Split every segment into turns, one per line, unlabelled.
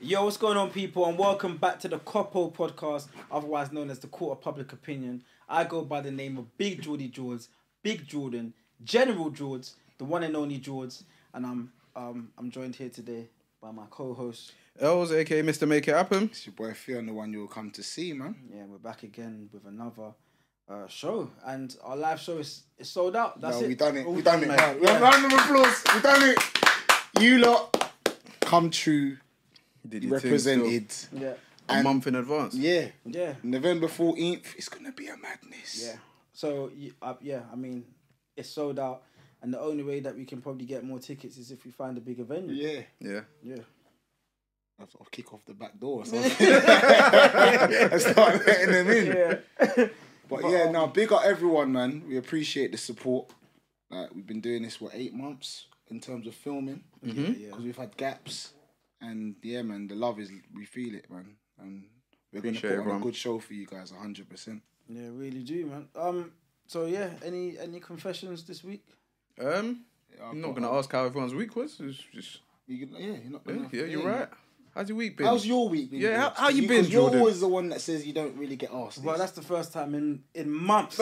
Yo, what's going on, people, and welcome back to the Copo podcast, otherwise known as the Court of Public Opinion. I go by the name of Big Jordy Jords, Big Jordan, General Jords, the one and only Jords, and I'm um I'm joined here today by my co-host.
Els, aka Mr. Make It Happen.
It's your boy Fiona, the one you'll come to see, man.
Yeah, we're back again with another uh, show, and our live show is, is sold out. That's
no,
it.
we done it.
All
We done it.
mate.
man.
Yeah.
Round of applause. We done it. You lot come true,
Did your thing still.
represented.
yeah,
a month in advance.
Yeah,
yeah,
November fourteenth. It's gonna be a madness.
yeah. So y- uh, yeah, I mean, it's sold out, and the only way that we can probably get more tickets is if we find a bigger venue.
yeah.
Yeah.
yeah.
I'll I'll kick off the back door or something. and start letting them in.
yeah.
But,
But,
yeah,
um,
now big up everyone, man. We appreciate the support. Like we've been doing this for eight months in terms of filming
Mm-hmm.
because
yeah.
we've had gaps, and yeah, man, the love is we feel it, man, and we're
Appreciate
gonna put on
everyone.
a good show for you guys, hundred percent.
Yeah, really do, man. Um, so yeah, any any confessions this week?
Um, I'm not gonna ask how everyone's week was. It's just
You can, yeah, you're not
yeah,
gonna.
yeah, you're right. How's your week been?
How's your week been?
Yeah, how-
Jordan?
how you been,
'cause You're
Jordan?
always the one that says you don't really get asked.
Well,
this.
that's the first time in in months.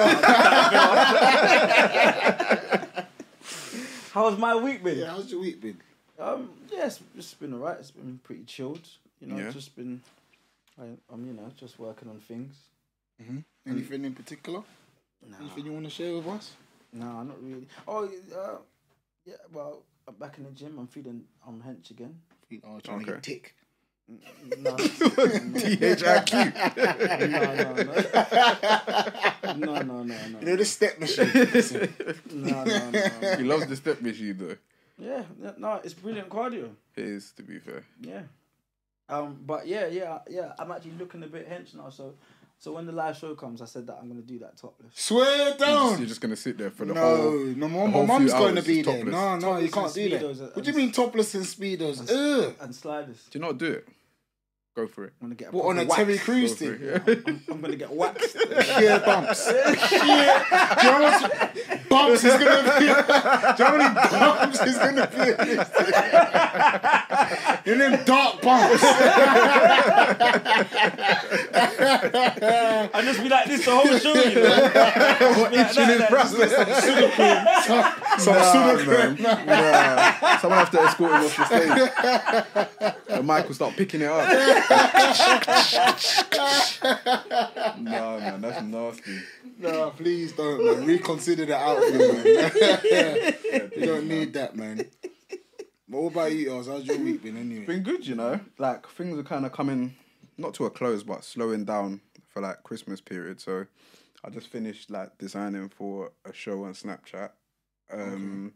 How's my week been?
yeah. How's your week been?
Um, yeah, it's, it's been alright. It's been pretty chilled. You know,
Yeah.
just been, I, I'm you know just working on things.
Mm.
Anything in particular?
Nah,
Anything you want to share with us?
nah, not really. Oh, uh, yeah. Well, I'm back in the gym. I'm feeling I'm hench again.
Oh, trying to get
Okay.
tick.
No,
THIQ.
no, no, no, no, no, no,
You know
no,
the step machine.
no, no, no.
he loves the step machine though.
Yeah, yeah, no, it's brilliant cardio.
It is to be fair.
Yeah. Um, but yeah, yeah, yeah. I'm actually looking a bit hench now. So, so when the live show comes, I said that I'm gonna do that topless.
Swear
You're
down.
just, you're just gonna sit there for the
no,
whole.
no, my,
whole
my mum's
few
going to
hours
be
is
there.
topless.
No, no, you can't
Topless and
do that.
speedos and-
What do you mean topless and speedos?
and-
Ugh.
And sliders.
Do you not do it? Go for it.
I'm gonna get.
What, on a
proper
Terry
wax.
Crews
Go for
thing?
it. Yeah.
I'm gonna get waxed.
Sheer bumps. Sheer. Do you know how much bumps is going to be? Do you know how many bumps is going to be? in this thing? In them dark bumps.
and just be like this the whole show. You know?
What itching his browser?
Some, some
Nah,
pseudocreme.
man. Nah. Someone have to escort him off the stage. And Michael start picking it up. nah, man, that's nasty.
No, please don't, man. Reconsider the outfit, man. you don't need that, man. But what about you, Oz? How's your week been anyway?
been good, you know. Like things are kind of coming, not to a close, but slowing down for like Christmas period. So I just finished like designing for a show on Snapchat. Um,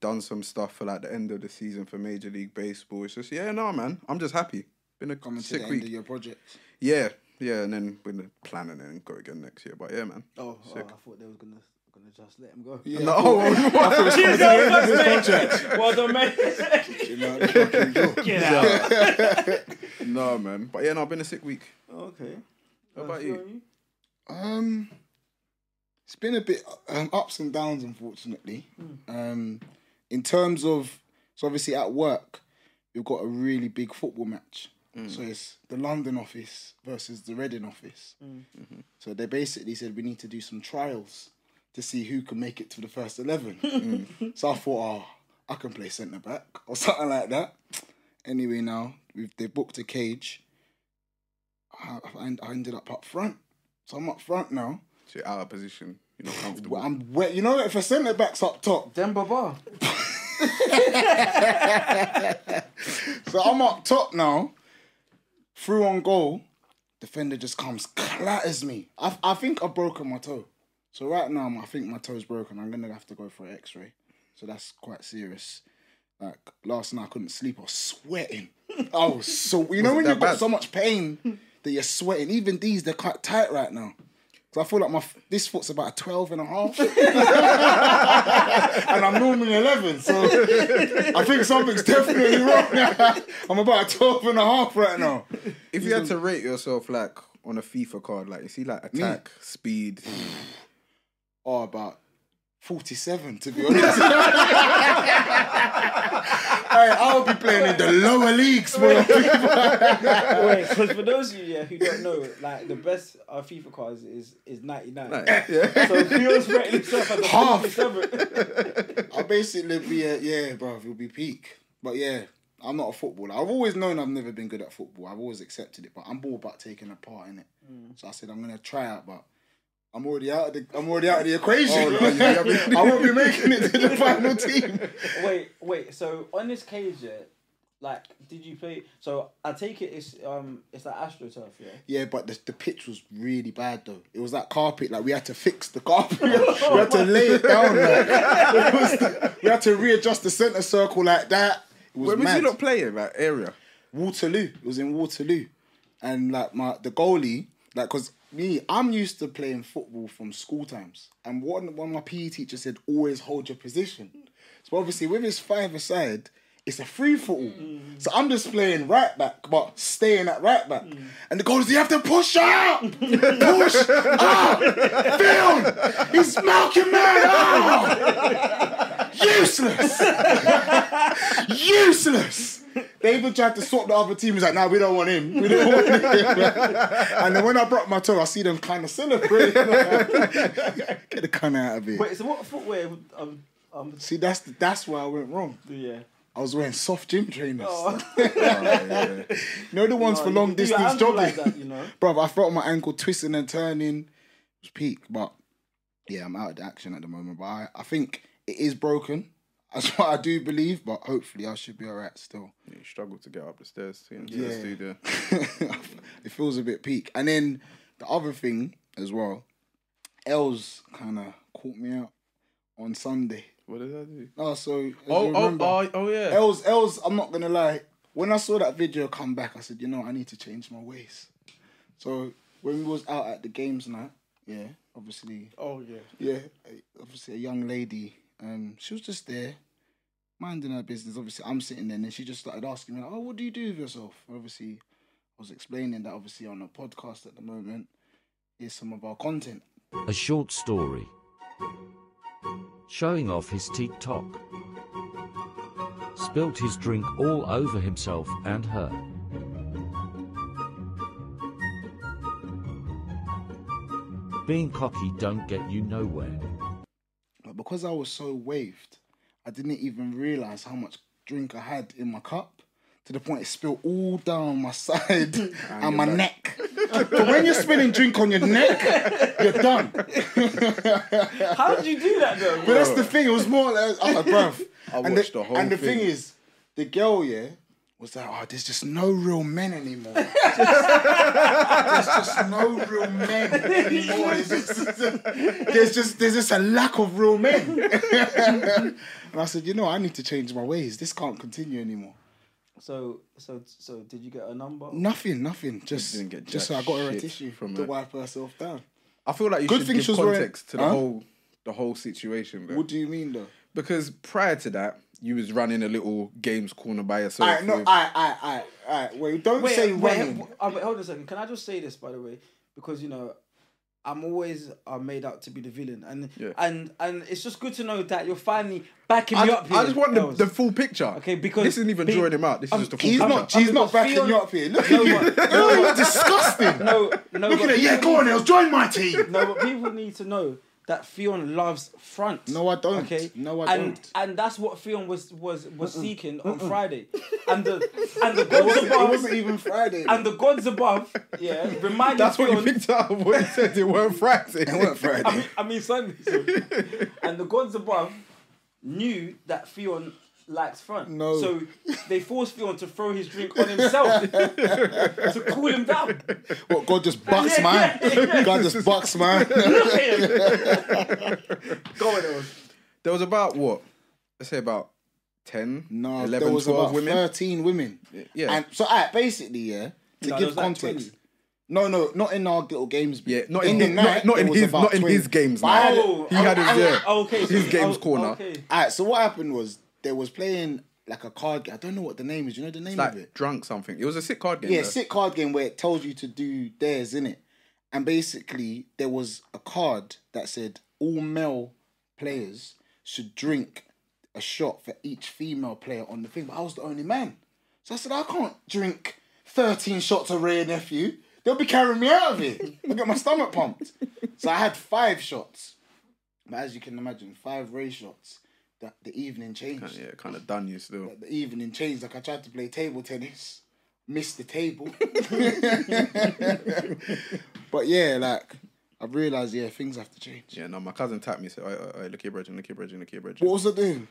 Done some stuff for like the end of the season for Major League Baseball. It's just yeah, no, man. I'm just happy. Been a
Coming to the
sick
end of
week.
your project.
Yeah, yeah, and then we're gonna plan and then go again next year. But yeah, man.
Oh, oh, I thought they was gonna gonna just let him go.
No, oh,
He's going first, mate. Well done, mate.
You know, fucking go.
Get out.
no, man. But yeah, no, I've been a sick week.
Okay.
How
Uh,
about
Fiona,
you?
Um, it's been a bit um, ups and downs, unfortunately. Um, in terms of so obviously at work, we've got a really big football match. So it's the London office versus the Reading office. So they basically said we need to do some trials to see who can make it to the first eleven. Hmm. So I thought, oh, I can play centre back or something like that. Anyway, now we've they booked a cage. I, I I ended up up front, so I'm up front now.
So you're out of position. You're not comfortable.
Well, I'm wet. You know, if a centre back's up top,
Demba Ba.
so I'm up top now. Through on goal, defender just comes clatters me. I I think I've broken my toe. So right now, I'm- I think my toe's broken. I'm gonna have to go for an X-ray. So that's quite serious. Like last night, I couldn't sleep. I was sweating. I was so you know
it
when
that
you've got
bad?
so much pain that you're sweating. Even these, they're quite tight right now. So I feel like my f- this foot's about a 12 and a half. and I'm normally 11, so I think something's definitely wrong. I'm about a 12 and a half right now.
If you had to rate yourself like on a FIFA card, like you see like attack, speed,
Oh, about 47, to be honest. hey, I'll be playing in the lower leagues for your
Wait, because for those of you yeah, who don't know, like the best uh, FIFA card is is, is ninety nine.
yeah.
So Theo's rating himself as the
Half.
57th.
I'll basically be a, yeah, bro, it'll be peak. But yeah, I'm not a footballer. I've always known I've never been good at football. I've always accepted it, but I'm all about taking a part in it. So I said I'm gonna try out, but I'm already out of the I'm already out of the equation.
Oh, no, you haven't-
I won't be making it to the final team.
Wait, wait. So on this cage, yeah, like, did you play? So I take it it's um it's like AstroTurf, yeah.
Yeah, but the, the pitch was really bad though. It was that carpet, like we had to fix the carpet. we had to lay it down. Like. It was the- we had to readjust the centre circle like that. It was
Where was
mad.
you not playing that area?
Waterloo. It was in Waterloo, and like my the goalie, like because me, I'm used to playing football from school times, and one one of my PE teacher said always hold your position. So obviously with his five aside, it's a free for all. So I'm just playing right back, but staying at right back, and the goalie's you have to push up, push up, film. He's milking man out. Useless useless. They even tried to swap the other team. He's like, nah, we don't want him. We don't want him. and then when I brought my toe, I see them kind of celebrating. Get the cunt out of here.
Wait, so what footwear? would- Um, um,
See, that's the, that's where I went wrong.
yeah.
I was wearing soft gym trainers.
Oh,
Oh, yeah, yeah.
You know the ones for long
you do your
distance
ankle
jogging.
like that, you know.
Bro, I felt my ankle twisting and turning. It was peak, but yeah, I'm out of the action at the moment. But I, I think it is broken. That's what I do believe. But hopefully, I should be alright still.
You struggle to get up the stairs to get into the
Yeah.
studio.
it feels a bit peak. And then the other thing as well, Els kind of caught me out on Sunday.
What did I do?
Oh, so as
Oh,
you
oh,
remember,
oh, oh, yeah.
Els, Els, I'm not gonna lie. When I saw that video come back, I said, you know, I need to change my ways. So when we was out at the games night, yeah, obviously
Oh yeah.
yeah, a- obviously a young lady. Um, she was just there, minding her business. Obviously, I'm sitting there, and then she just started asking me, like, "Oh, what do you do with yourself?" Obviously, I was explaining that obviously on a podcast at the moment is some of our content.
A short story. Showing off his TikTok. Spilt his drink all over himself and her. Being cocky don't get you nowhere.
But because I was so waved, I didn't even realize how much drink I had in my cup. To the point it spilled all down my side and, my neck. but when you're spilling drink on your neck, you're done.
How did you do that though?
But that's the thing. It was more like, oh, like, bruv.
I
and
watched
the,
the whole
And the thing.
thing.
is, the girl, yeah, was like, oh, there's just no real men anymore. There's just, there's just no real men anymore. There's just, there's just there's just a lack of real men. and I said, you know, I need to change my ways. This can't continue anymore.
So so so did you get a number?
Nothing, nothing. Just,
didn't get
just so I
jack
got her a
shit
tissue
from
to
it.
wipe herself down.
I feel like you
Good
should
thing
give
she was wearing-
context to the
Huh?
whole the whole situation. Though.
What do you mean, though?
Because prior to that, you was running a little games corner by yourself.
Alright, no,
with-
alright, alright, alright, alright. Wait, don't
wait,
say
wait,
running.
wait, uh, wait, hold on a second. Can I just say this, by the way? Because you know, I'm always uh, made out to be the villain, and
Yeah.
and and it's just good to know that you're finally backing
I,
me up here.
I just want the,
Nels.
the full picture.
Okay, because
this isn't even
be-
drawing him out. This is just the full
He's
picture.
not.
I'm
He's not
gonna
backing
feel-
you up here. Look
No,
at you.
but-
Oh, you're disgusting.
no, no,
Look
but
at it. Yeah,
people
go on,
need-
Els. Join my team.
No, but people need to know that Fionn loves front.
No, I don't.
Okay,
No, I
and,
don't.
And that's what Fionn was was was seeking on Friday, and the and the gods
It wasn't
above
even Friday.
and the gods above, yeah, reminded
That's what you
Fionn-
picked up. What he said, it weren't Friday. It weren't
I mean, I mean Sunday. sorry. and the gods above knew that Theon lacks front.
No.
So they forced Theon to throw his drink on himself to cool him down.
what God just bucks
Yeah,
man.
yeah, yeah.
God just bucks man.
Look at him. Go on, Earl.
There was about what? Let's say about 10,
No,
11,
there was
12
about
women.
thirteen women.
yeah.
And so, alright, basically, yeah.
No,
To
there
give
was like
context.
20.
no, no, not in our little games. bro.
Yeah, not in
the
his- not-
night,
not in
there was
his-
about
not in
20.
his games
But I
night.
had it-
Oh,
He had his,
oh,
yeah,
Okay,
his game's
oh,
corner.
Okay.
Alright, so what happened was they was playing like a card. game. I don't know what the name is. You know the name of it.
like drunk something. It was a sick card game.
Yeah,
though.
sick card game where it tells you to do theirs, in it. And basically, there was a card that said all male players should drink a shot for each female player on the thing, but I was the only man. So I said, I can't drink 13 shots of Ray Nephew. They'll be carrying me out of here. I got my stomach pumped. So I had five shots. But as you can imagine, five Ray shots. That the evening changed.
Yeah, kind of done you still.
Like, The evening changed. Like I tried to play table tennis, missed the table. but yeah, like I've realised, yeah, things have to change.
Yeah, no, my cousin tapped me and said, "Oi, oi, oi, look here, Bridget, look here, Bridget, look here, Bridget."
What was I doing?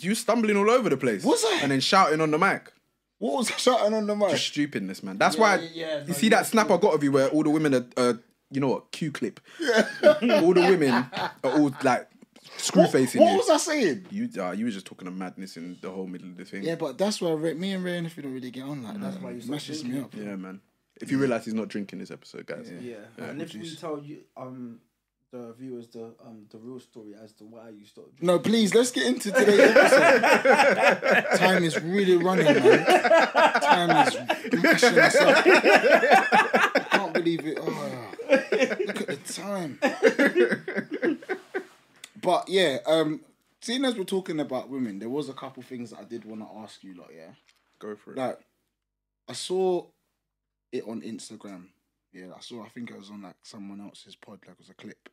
You stumbling all over the place.
Was I?
And then shouting on the mic.
What was I shouting on the mic?
Just stupidness, man. That's why,
yeah, yeah,
you
no,
see
yeah,
that snap I got of you where all the women are, uh, you know what, Q-clip. all the women are all like screw-facing
what
you.
was I saying?
You, uh, you were just talking of madness in the whole middle of the thing.
Yeah, but that's why Ray, me and Ray and if you don't really get on like that,
why you
it
stopped
meshes me
drinking.
up.
Yeah, man. If you realise he's not drinking this episode, guys.
Yeah,
Yeah,
and if we
reduce.
tell you um the viewers the um the real story as to why you stopped drinking.
No, please, let's get into today's episode. Time is really running, man. Time is mashing us up. I can't believe it. Oh, look at the time. But yeah, um, seeing as we're talking about women, there was a couple things that I did want to ask you lot, yeah.
Go for it.
Like, I saw it on Instagram. Yeah, I saw. I think it was on like someone else's pod. Like, it was a clip,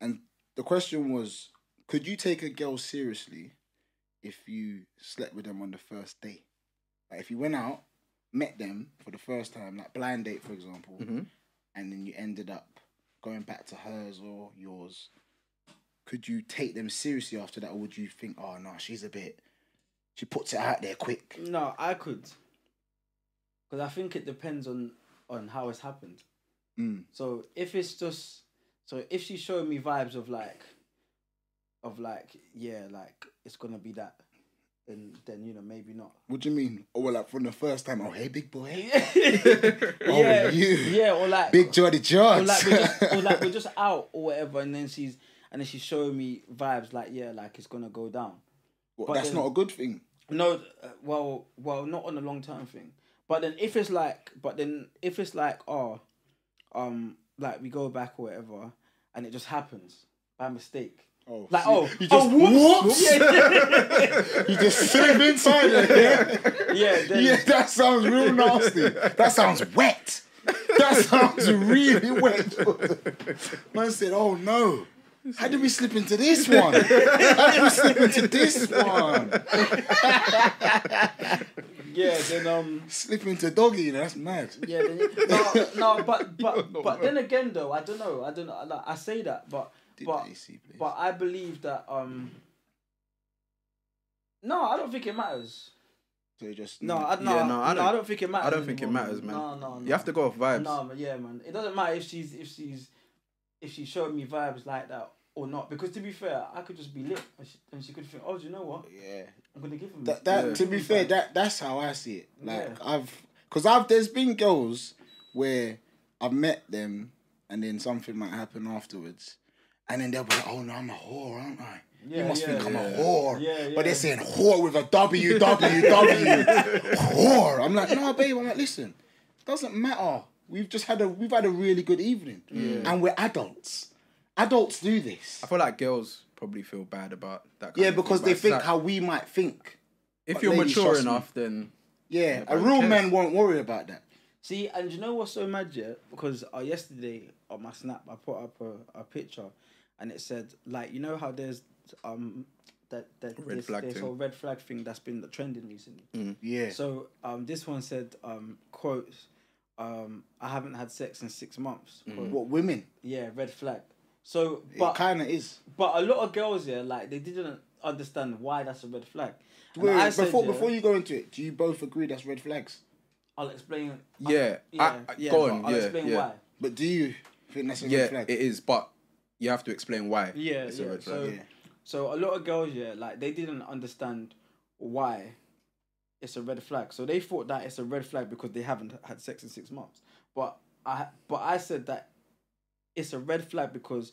and the question was, could you take a girl seriously if you slept with them on the first day? Like, if you went out, met them for the first time, like blind date, for example, and then you ended up going back to hers or yours. Could you take them seriously after that, or would you think, oh no, she's a bit, she puts it out there quick?
No, I could. Because I think it depends on on how it's happened.
Mm.
So if it's just so if she's showing me vibes of like of like yeah like it's gonna be that then then you know maybe not.
What do you mean? Oh, well, like from the first time. Oh, hey, big boy. Oh,
yeah,
you.
yeah, or like
Big Jordy
or
Jones.
like we're just or like we're just out or whatever, and then she's and then she's showing me vibes like yeah, like it's gonna go down.
Well,
but
that's
then-
not a good thing.
No, uh, well, well, not on the long term thing. But then if it's like, but then if it's like, oh, um, like we go back or whatever, and it just happens by mistake.
Oh,
Like
so
oh,
you just
oh, whoops,
whoops.
Yeah,
You just slip inside it. Yeah.
yeah, then,
yeah, that sounds real nasty. That sounds wet. That sounds really wet. Man said, oh no. How did we slip into this one? How did we slip into this one?
yeah, then um,
Slip into doggy, you know, that's mad.
yeah, then, no, no, but but but then again though, I don't know, I don't know. Like, I say that, but but
the AC, please.
but I believe that um. No, I don't think it matters.
So you just
No, I, no,
Yeah, no,
no,
I
I,
don't-
don't, think it matters.
I don't think it
anymore,
matters, man.
No, no, no.
You have to go off vibes.
No, man, yeah, man. It doesn't matter if she's if she's if she's showing me vibes like that or not. Because to be fair, I could just be lit, and she, and she could think, oh, do you know what?
Yeah.
I'm gonna give him
That,
this."
that to be fair, that that's how I see it. Like
Yeah.
I've, cause I've there's been girls where I've met them and then something might happen afterwards, and then they'll be like, "Oh no, I'm a whore, aren't I? you
Yeah,
must
yeah,
think I'm a
yeah.
whore."
Yeah,
But
yeah.
they're saying whore with a W W W whore. I'm like, no, babe. I'm like, listen, doesn't matter. We've just had a we've had a really good evening, and we're adults. Adults do this.
I feel like girls probably feel bad about that. Kind
Yeah,
of thing,
because
but
they
it's
think
like,
how we might think.
if
but
you're
ladies,
mature
trust me.
enough, then
Yeah, a
but who
real
cares?
man won't worry about that.
See, and you know what's so mad yet? Because uh, yesterday on my snap, I put up a, a picture, and it said like, you know how there's um that that
Red
this,
flag
this
thing.
whole red flag thing that's been trending recently.
Mm, Yeah.
So um, this one said um quotes. Um, I haven't had sex in six months. quote.
what women?
Yeah, red flag. So,
Mm. it
but
kind of is.
but a lot of girls here, like they didn't understand why that's a red flag. And
Wait,
I
wait,
said,
before
yeah,
before you go into it, do you both agree that's red flags?
I'll explain. I-
Ah,
Yeah, I- I- go on,
but I'll
yeah,
explain
yeah.
why.
But do you think that's a
yeah,
red flag?
it is. But you have to explain why.
Yeah,
it's
yeah.
a red flag.
so,
yeah.
so a lot of girls, yeah, like they didn't understand why it's a red flag. So they thought that it's a red flag because they haven't had sex in six months. But I, but I said that it's a red flag because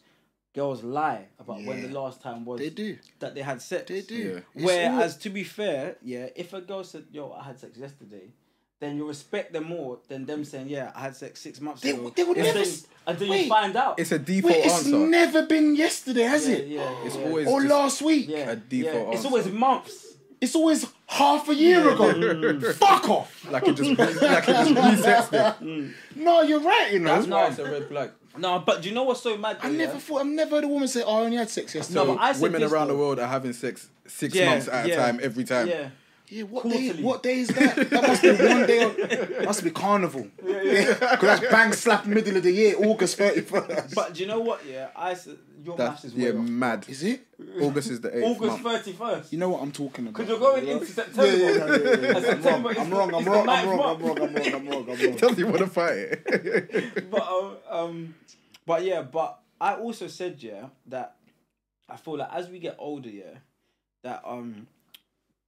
girls lie about when the
Yeah.
last time was
They do.
that they had sex.
They do.
Yeah.
It's
Whereas,
all-
to be fair, yeah, if a girl said, "Yo, I had sex yesterday," then you respect them more than them saying, "Yeah, I had sex six months
They
ago."
would- they would
until
never
you-
s-
until
wait.
you find out.
It's a default
Wait, it's Oh,
answer.
never been yesterday, has
yeah,
it?
yeah,
it's
yeah,
always
Or
just-
last week?
yeah,
a default
yeah. It's
answer.
always months.
It's always half a year ago. Fuck off.
Like it just like it just resets them.
No, you're right. You know.
That's why it's a red flag.
No, but do you know what's so mad?
I
though,
never
yeah?
thought. I've never heard a woman say, "Oh, I only had sex yesterday."
No, but I said
Women
this,
around
though.
the world are having sex six
Yeah,
months at
yeah.
a time every time.
Yeah.
Yeah, what day?
Quarterly.
What day is that? That must be one day. On, must be carnival. Yeah, Because that's bang slap middle of the year, August thirty first.
But do you know what? Yeah, I s- your maths
That's
is way
yeah,
off.
mad.
Is it?
August is the eighth
August
month.
thirty first.
You know what I'm talking about.
Because you're going into September. And September is
I'm
the-
wrong. I'm
is the
wrong.
ninth
I'm wrong.
month.
I'm wrong. I'm wrong. I'm wrong. I'm wrong.
Does he want to fight it?
but um, um, but yeah, but I also said yeah that I feel like as we get older, yeah, that um,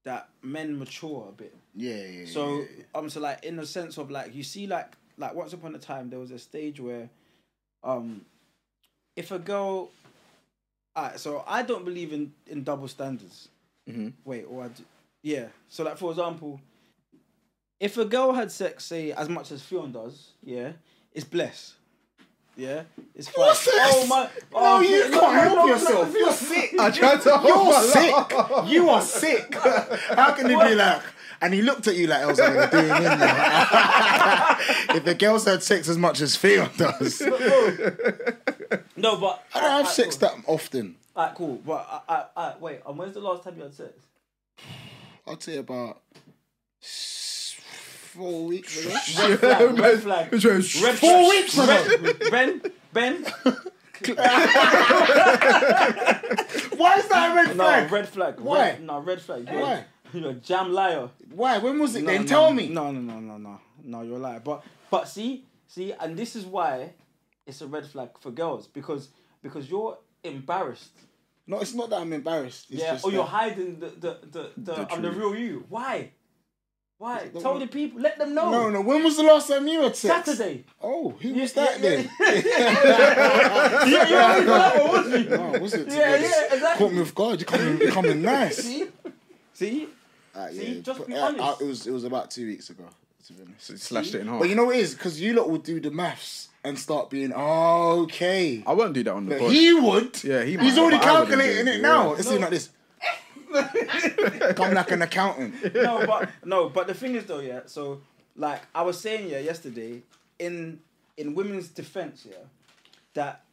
that men mature a bit.
Yeah, yeah. yeah.
So um, so like in the sense of like you see like like once upon a time there was a stage where, um, if a girl, alright, so I don't believe in in double standards.
Mm-hmm.
Wait, or I do, yeah. So like for example, if a girl had sex, say as much as Fionn does, yeah, it's blessed. Yeah, it's fine.
What's this?
Oh my!
no,
Oh,
you
no,
can't
no,
help
no, no,
yourself. you're sick.
I tried to hold my
You're
laugh.
sick. You are sick. How can you be like? And he looked at you like I was like, "You're doing in there." if the girls had sex as much as Theo does, I don't
No, but I
have sex that often.
Alright, cool. But I, I, I, wait. And when's the last time you had sex?
I'd say about s- four weeks ago.
Red flag. Red flag.
Which one is-
Red
Four
flag.
weeks ago.
Ben, Ben,
Why is that a red
no
flag?
red flag.
Why?
Red, no red flag. You're,
Why?
You're a jam liar.
Why? When was it?
No,
then
no,
tell me.
No, no, no, no, no, no. You're a liar. But but see, see, and this is why it's a red flag for girls because because you're embarrassed.
No, it's not that I'm embarrassed. It's
yeah,
just
or you're
that-
hiding the the the, the, I'm the
truth.
real you. Why? Why?
the
Tell
one-
the people. Let them know.
No, no. When was the last time you had sex?
Oh. Saturday.
Oh, who was
yeah,
that
yeah,
then?
Yeah, you already got that one, wasn't you?
Oh, was it?
Yeah, yeah, exactly.
Caught me off guard. You're coming, you're coming nice.
See, see,
Ah,
See, just be
uh,
honest.
uh, it was it was about two weeks ago, to be honest.
Slashed it in half.
But you know what it is because you lot would do the maths and start being okay.
I won't do that on the pod.
He would.
Yeah, he
He's
might,
already
but Oh, I wouldn't do
calculating
it,
it
yeah.
now. It's even like this. Come like an accountant.
no, but no, but the thing is though, yeah. So like I was saying, yeah, yesterday, in in women's defense, yeah, that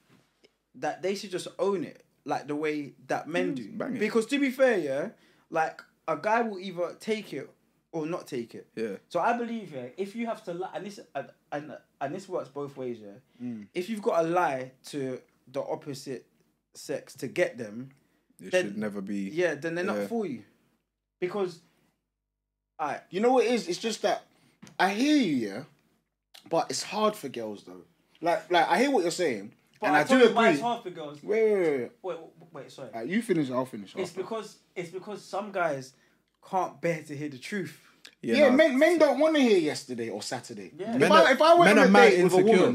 that they should just own it like the way that men do.
Mm, bang it.
Because to be fair, yeah, like a guy will either take it or not take it.
Yeah.
So I believe yeah, if you have to lie, and this and and, and this works both ways, yeah.
Mm.
If you've got to lie to the opposite sex to get them,
It
Then-
should never be.
yeah, then they're
Yeah.
not for you. Because, I
You know what it is? It's just that I hear you, yeah, but it's hard for girls though. Like like I hear what you're saying,
But
and
I,
I,
told
do
you why
agree.
it's half the girls. Wait,
Wait, wait, wait, wait.
wait, wait sorry.
Like, you finish, I'll finish. I'll
It's
finish.
because it's because some guys can't bear to hear the truth.
Yeah,
Yeah,
no,
men, men don't want to hear yesterday or Saturday.
Yeah.
If,
Men
I,
are-
if I went
men
on
are
a
mad
date with a
insecure.
woman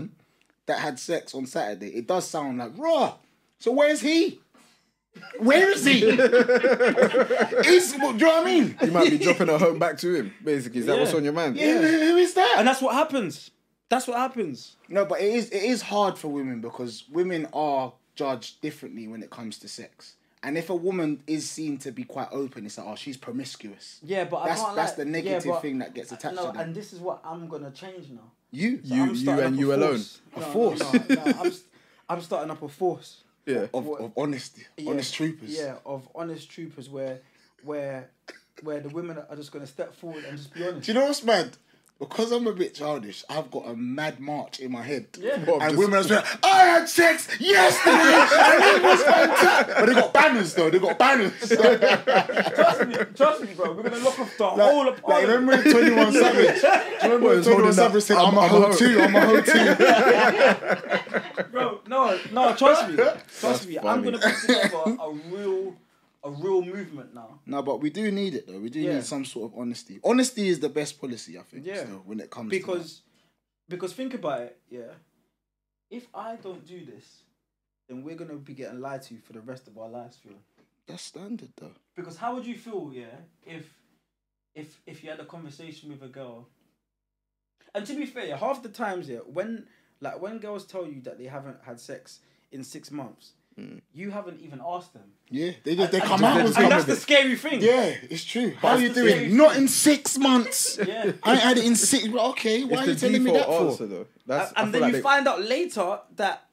that had sex on Saturday, it does sound like raw. So where's he? Where is he? is, do you know what I mean?
You might be dropping her home back to him. Basically, is that what's
Yeah.
on your mind?
Who, who is that?
And that's what happens. That's what happens.
No, but it is it is hard for women because women are judged differently when it comes to sex. And if a woman is seen to be quite open, it's like, oh, she's promiscuous.
Yeah, but
that's
I can't.
that's
like-
the
yeah,
negative
but-
thing that gets attached
No,
to them.
and this is what I'm gonna change now.
You,
You-
I'm starting
and
up a
you alone.
force.
A
No, no,
force.
No, no, I'm, st- I'm starting up a force.
Yeah.
of, of honesty,
Yeah,
honest troopers.
Yeah, of honest troopers, where, where, where the women are just gonna step forward and just be honest.
Do you know what's mad? Because I'm a bit childish, I've got a mad march in my head.
Yeah.
What,
And
just-
women are just like, I had sex yesterday and it was fantastic. But they got banners though, they got banners. like,
trust me, trust me, bro. We're gonna lock off the whole of
like, remember in 21 Savage? Do you remember
Well,
when
it's
21
holding that,
Savage said,
"I'm-
I'm, a
I'm
hoe
a hoe."
too, I'm a hoe too.
Bro, no, no, trust me, trust me. I'm
funny.
gonna put together a real, a real movement now.
no, but we do need it though. We do
Yeah.
need some sort of honesty. Honesty is the best policy, I think,
Yeah.
still, when it comes to
Because, because think about it, yeah. If I don't do this, then we're gonna be getting lied to for the rest of our lives, Phil.
that. That's standard though.
Because how would you feel, yeah, if, if if you had a conversation with a girl? And to be fair, yeah, half the times, yeah, when like when girls tell you that they haven't had sex in six months, you haven't even asked them.
Yeah, they just they come
Hmm. just
out
didn't
with
come
And
some
that's
of
the
it.
scary thing.
Yeah, it's true. How are you
the
doing?
thing.
Not in six months.
Yeah.
I ain't had it in six. well, Okay, why
It's
are
the
you telling me
default
that for?
answer, though. That's, I
and
feel
then
like
you
they-
find out later that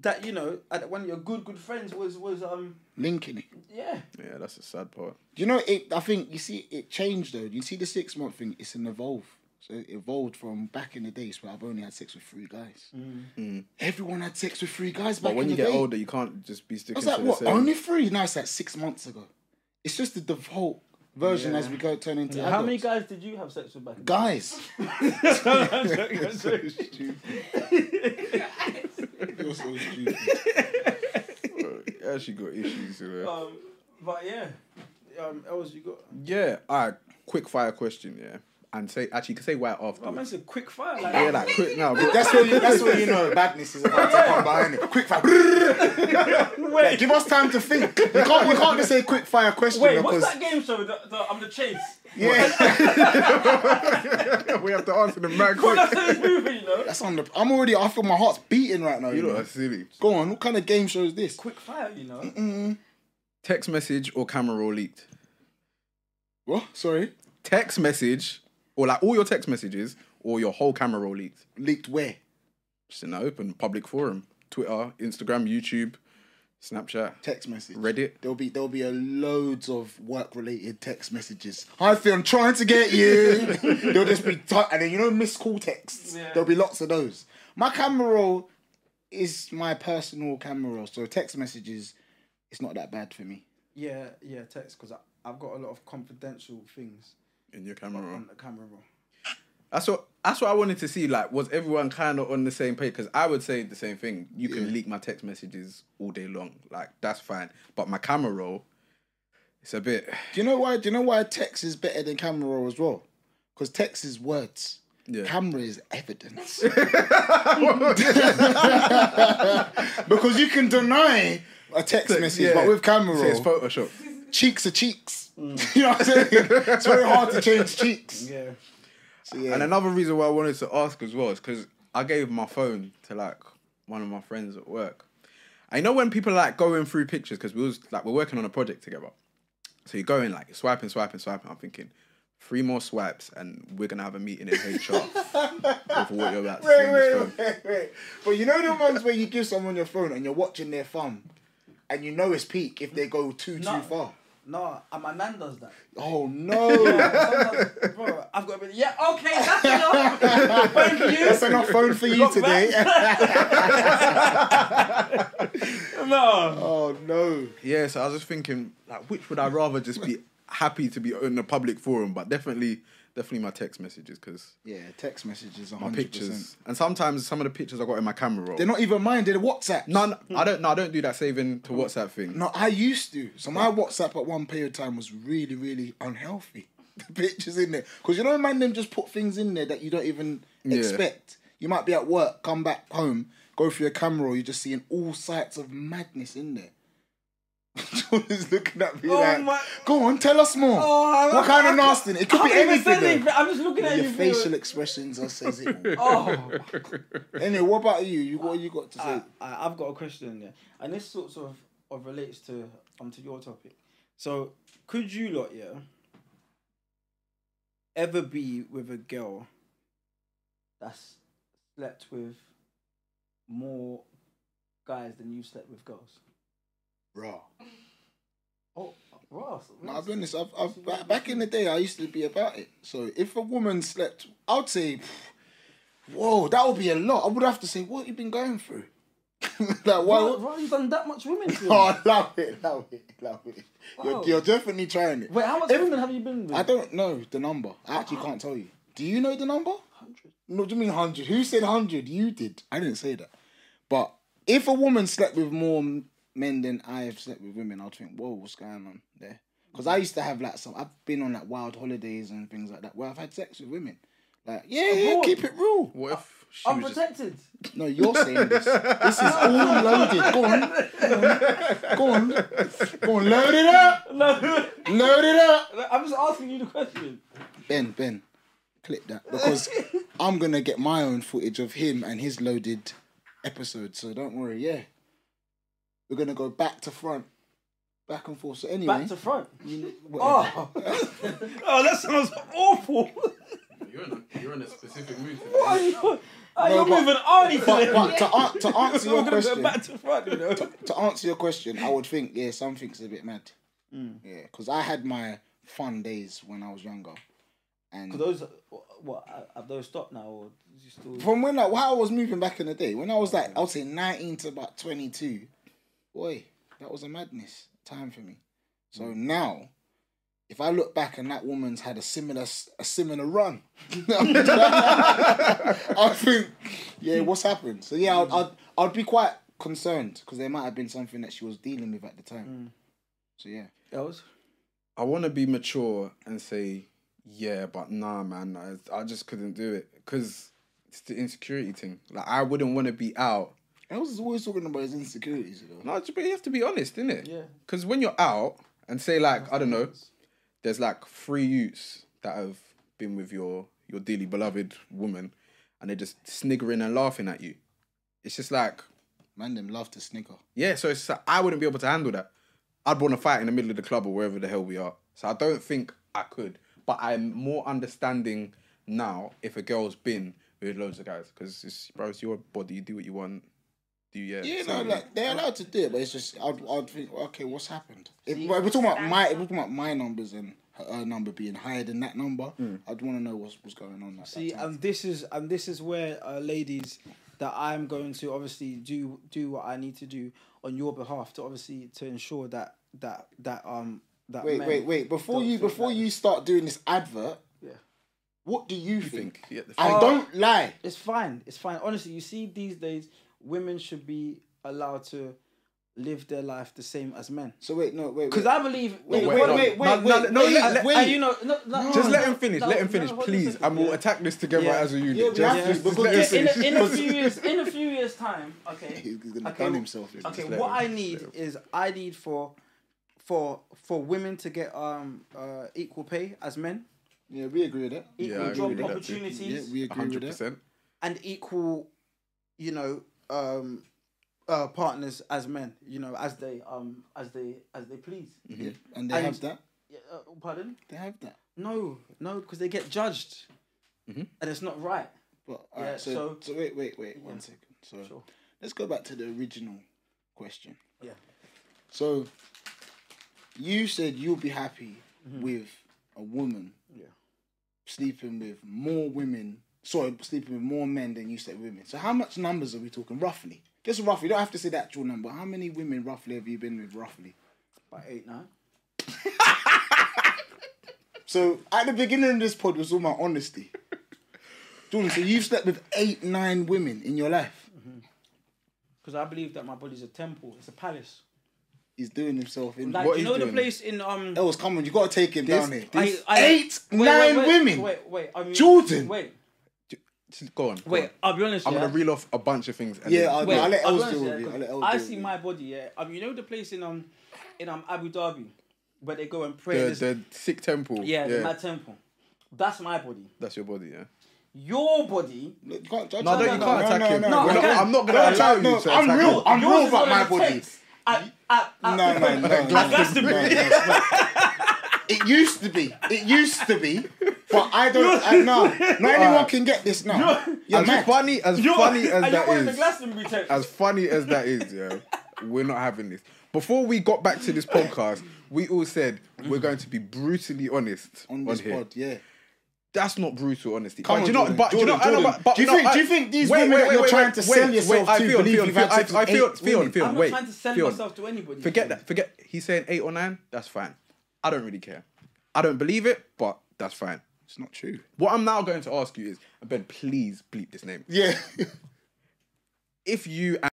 that you know that one of your good good friends was was um
Linking it.
yeah
Yeah, that's the sad part.
Do you know it? I think you see it changed though. You see the six month thing. It's an evolve. So it evolved from back in the days where I've only had sex with three guys. Mm. Everyone had sex with three guys back
Mm. But when
in
you
the
get
day.
older, you can't just be
I
sticking
was
to
like,
the
what?
same.
Only three? No, it's like six months ago. It's just the default version as we go turn into
how many
adults.
guys did you have sex with back in
guys?
the day?
You're so stupid.
You actually got issues. You know.
um, but yeah um else you got
Yeah. All right. Quick fire question. Yeah. And say actually say why after.
I meant to quick fire like
yeah, like quick now. But
That's what you. That's what you know. Badness is about to come behind it. Quick fire.
wait
Give us time to think. We can't. We can't just say quick fire question.
wait
because,
what's that game show the, the, I'm the chase
Yeah,
we have to answer the man
Well,
quick.
that's the movie you know
that's on the. I'm already. I feel my heart's beating right now. You,
You
know.
know, that's silly.
Go on. What kind of game show is this?
quick fire you know
Text message or camera roll leaked.
What? Sorry.
Text message or like all your text messages or your whole camera roll leaked.
Leaked where?
Just in the open public forum, Twitter, Instagram, YouTube, Snapchat,
Text message.
Reddit.
There'll be there'll be a loads of work related text messages. Hi, Phil. I'm trying to get you. There'll just be t- and then you know missed call texts.
Yeah.
There'll be lots of those. My camera roll is my personal camera roll, so text messages. It's not that bad for me.
yeah yeah text because I've got a lot of confidential things
in your camera roll.
on the camera roll
That's what that's what I wanted to see. Like, was everyone kind of on the same page? Because I would say the same thing. You can leak my text messages all day long. Like, that's fine. But my camera roll, it's a bit.
Do you know why? Do you know why text is better than camera roll as well? Because text is words.
Yeah.
Camera is evidence. because you can deny a text message,
Yeah.
but with camera
Say it's Mm.
roll,
Photoshop.
cheeks are cheeks. you know what I'm saying? It's very hard to change cheeks.
yeah
So, yeah.
And another reason why I wanted to ask as well is because I gave my phone to like one of my friends at work. I know when people like going through pictures because we was like we're working on a project together. So you're going like swiping, swiping, swiping. I'm thinking three more swipes and we're gonna have a meeting in HR over what you're about to see
wait,
on this
wait,
phone.
wait, wait, wait. But you know the ones where you give someone your phone and you're watching their thumb, and you know it's peak if they go too
No.
too far.
no my nan does that
Oh no.
Sometimes, bro, I've got to be yeah, okay, that's enough. Thank you.
That's enough phone for you
Not
today.
No.
Oh no.
Yeah, so I was just thinking, like, which would I rather just be happy to be in a public forum, but definitely, definitely my text messages because
Yeah, text messages are
my pictures
pictures.
and sometimes some of the pictures I got in my camera roll.
They're not even mine, they're the WhatsApp.
None. I don't. No, I don't do that saving to WhatsApp thing.
No, I used to. So my WhatsApp at one period of time was really, really unhealthy. The pictures in there. Because you know, man, them just put things in there that you don't even expect. You might be at work, come back home, go through your camera, or you're just seeing all sides of madness in there. John is looking at me
Oh
like,
my-
go on, tell us more.
Oh, I-
what kind
I-
of nasty? It could
I
be
haven't even said
anything.
anything.
though.
I'm just looking at
Your
you. Theo.
facial expressions are says it all.
Oh,
Anyway, what about you? You what you got to say?
I, I, I've got a question there, and this sort of, of relates to um to your topic. So, could you lot yeah ever be with a girl that's slept with more guys than you slept with girls?
raw.
Oh, Ross.
I'll be honest. I've, I've ba- back in the day, I used to be about it. So if a woman slept, I'd say, whoa, that would be a lot. I would have to say, what you been going through? like why?
Why, why you done that much women? to?
Oh, I love it, love it, love it.
Wow.
You're, you're definitely trying it.
Wait, how much women have you been with?
I don't know the number. I actually can't tell you. Do you know the number?
100.
No, do you mean hundred? Who said hundred? You did. I didn't say that. But if a woman slept with more m- men than I have slept with women, I'd think, whoa, what's going on there? Because I used to have like some. I've been on like wild holidays and things like that where I've had sex with women. Like, yeah, yeah,
Abroad?
keep it real.
What if she was just,
Unprotected.
No, you're saying this. This is all loaded. Go on, go on, go on, go on. Load it up,
No,
load it up.
I'm just asking you the question.
Ben, Ben, clip that because I'm gonna get my own footage of him and his loaded episode. So don't worry. Yeah, We're gonna go back to front, back and forth. So anyway,
Back to front.
you- whatever.
Oh, oh, that sounds awful.
You're in a, you're in a specific mood today.
Why are you, are
No,
you
but-
moving early
but,
today?
but to, an- to answer
We're
your
gonna go
question,
back to front, you know.
to answer your question, I would think yeah, something's a bit mad.
Mm.
Yeah, because I had my fun days when I was younger,
Cause
and
those, what have those stopped now, or you still?
from when like how I was moving back in the day, when I was like I would say nineteen to about twenty two, boy, that was a madness time for me. So now, if I look back and that woman's had a similar a similar run, I think yeah, what's happened? So yeah, I'd I'd, I'd be quite concerned because there might have been something that she was dealing with at the time. So yeah,
Else?
I want to be mature and say, yeah, but nah, man, I, I just couldn't do it because it's the insecurity thing. Like, I wouldn't want to be out.
I was always talking about his insecurities, you know.
No, but you have to be honest, innit?
Yeah.
Because when you're out and say, like, I don't know, there's like three youths that have been with your your dearly beloved woman and they're just sniggering and laughing at you. It's just like,
Man, them love to snicker.
Yeah, so it's I wouldn't be able to handle that. I'd want to fight in the middle of the club or wherever the hell we are. So I don't think I could. But I'm more understanding now if a girl's been with loads of guys because it's bro, it's your body. You do what you want. Do you, yeah.
Yeah,
so-
no, like they're allowed to do it, but it's just I'd, I'd think, okay, what's happened? If, but if we're talking about my, if we're talking about my numbers and her, her number being higher than that number, I'd want to know what's what's going on. At
See, um,
that time.
and this is and this is where uh, ladies that I'm going to obviously do do what I need to do on your behalf to obviously to ensure that that that um that
wait,
men
wait, wait! Before
don't
you
feel
before
that-
you start doing this advert,
yeah
what do you,
think?
think?
Yeah, the thing.
And don't lie.
it's fine it's fine honestly you see these days women should be allowed to live their life the same as men
So wait, no, wait,
because
wait.
I believe
Wait,
wait,
wait,
no,
wait,
no, no,
wait, wait,
no,
wait,
let- let-
wait.
and you know no, no,
just
no,
let
no,
him finish.
no,
let him
no,
finish,
hold on a
please.
second,
And we'll
yeah.
attack this together
Yeah.
as a unit.
Yeah, we
just,
have to,
just, just
because-
let him
yeah, in,
finish.
a, in a few years, in a few years' time, okay.
He's gonna
okay,
done himself if
Okay,
let
what I
him,
need
let
is I need for, for for women to get um uh equal pay as men,
yeah, we agree with that.
Yeah,
equal
I agree
job
with that too.
Yeah,
opportunities,
we agree
Hundred
with that.
percent.
and equal, you know, um, uh, partners as men. You know, as they um as they as they please.
Yeah. And they
And-
have that.
Yeah, uh, pardon?
They have that.
No, no, because they get judged,
Mm-hmm.
and it's not right.
But all
Yeah,
right, so,
so-
so wait, wait, wait, one second. So
Sure.
let's go back to the original question.
Yeah.
So you said you'll be happy with a woman
Mm-hmm. Yeah.
sleeping with more women. Sorry, sleeping with more men than you said women. So how much numbers are we talking roughly? Just roughly. You don't have to say the actual number. How many women roughly have you been with roughly?
By eight nine.
So at the beginning of this pod was all my honesty. Jordan, so you've slept with eight, nine women in your life.
Because I believe that my body's a temple. It's a palace.
He's doing himself in.
Like
What
you
he's
know the
doing?
place in um.
Ellis, come on, you gotta take him down here.
I- I-
Oh, eight,
wait, wait,
nine
wait,
women.
Wait, wait. I mean,
Jordan.
Wait,
Just Go on. go
wait.
on.
I'll be honest.
I'm
yeah.
gonna reel off a bunch of things. and
Yeah,
then-
I'll-
Wait,
I'll let
I'll
Els
be honest,
deal
yeah,
with it, I'll let
'cause
Els
I
deal
see
with it.
my body. Yeah. Um, you know the place in um, in um Abu Dhabi, where they go and pray.
the,
There's-
the sick temple.
yeah,
Yeah,
the Mad Temple. That's my body.
that's your body. Yeah.
Your body.
Look, you can't judge
No,
him.
no, you can't attack him.
no,
We're
I
not-
can't.
I'm not gonna
I can't.
allow you
No,
to
I'm
attack
real.
him.
I'm
yours
real
is
about
one of
my
the
body.
texts. I, I, I,
No, no, no, no.
I got to
no,
be.
no, it's not. It used to be. It used to be. But I don't. I know. Not anyone can get this now. You're
As
mad.
funny as funny as
and you're
that
wearing the
is.
Glastonbury text.
as funny as that is, yeah, we're not having this. Before we got back to this podcast, we all said we're going to be brutally honest
On
on,
this
here.
pod, yeah.
That's not brutal honesty. but
Come on,
do you know?
Jordan,
But
Jordan,
do you know? I know,
Jordan.
but, but
Do you
no,
think-
I-
do you think these
wait,
women
wait,
that
wait,
you're
wait,
trying to
wait,
sell
wait,
yourself
I
to
feel,
believe
feel,
you've
feel,
had
I-
sex with
I feel,
eight
feel,
women.
feel.
I'm
wait,
not trying to sell
feel.
myself to anybody.
Forget that. Forget. He's saying eight or nine. That's fine. I don't really care. I don't believe it, but that's fine.
It's not true.
What I'm now going to ask you is, Ben, please bleep this name.
Yeah.
If you and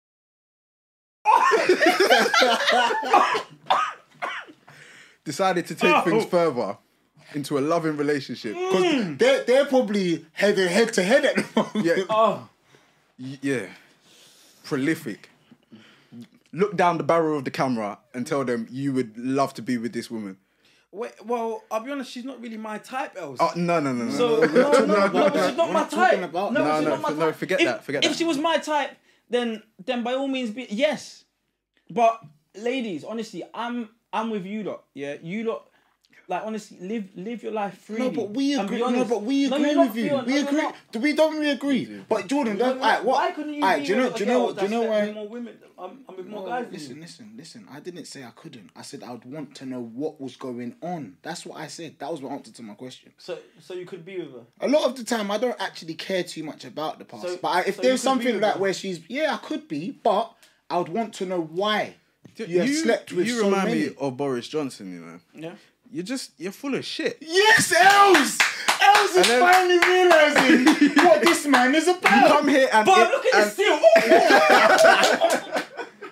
decided to take things further into a loving relationship, 'cause-
they're, they're probably head head to head at the moment.
yeah,
Oh,
y- yeah, prolific. Look down the barrel of the camera and tell them you would love to be with this woman.
wait. Well, I'll be honest. She's not really my type, else.
Oh no no no no!
So no,
no.
no, no,
no,
but she's not
We're
my
not talking
type.
about
no,
that.
she's
No,
not
no,
my
no,
type.
forget
if,
that, forget
if
that.
she was my type, then then by all means, be yes. But ladies, honestly, I'm I'm with you lot. Yeah, you lot. Like honestly, live live your life freely.
No, but we
and
agree.
be
No,
honest.
but we
No,
agree
you're not
with you.
free on- no,
we
you're
agree.
not.
Do we don't we agree? But Jordan,
No,
don't.
no,
alright, what?
Why couldn't you
alright,
be
do you know?
with a
Do you know
girl
what? Do you
that
know
slept
where?
with More women. I'm, I'm with more
No,
guys. than
listen,
you.
listen, listen. I didn't say I couldn't. I said I would want to know what was going on. That's what I said. That was my answer to my question.
So so you could be with her.
A lot of the time, I don't actually care too much about the past.
So-
but I, if
so you
there's
could be
something
with
like
her?
where she's, yeah, I could be, but I would want to know why you, have slept with
You
so
remind
many.
me of Boris Johnson. You know,
Yeah.
you're just you're full of shit.
Yes, Els. Els is
then-
finally realizing what this man is
You
about.
come here and
But
it-
look at this
and-
seal. Ooh.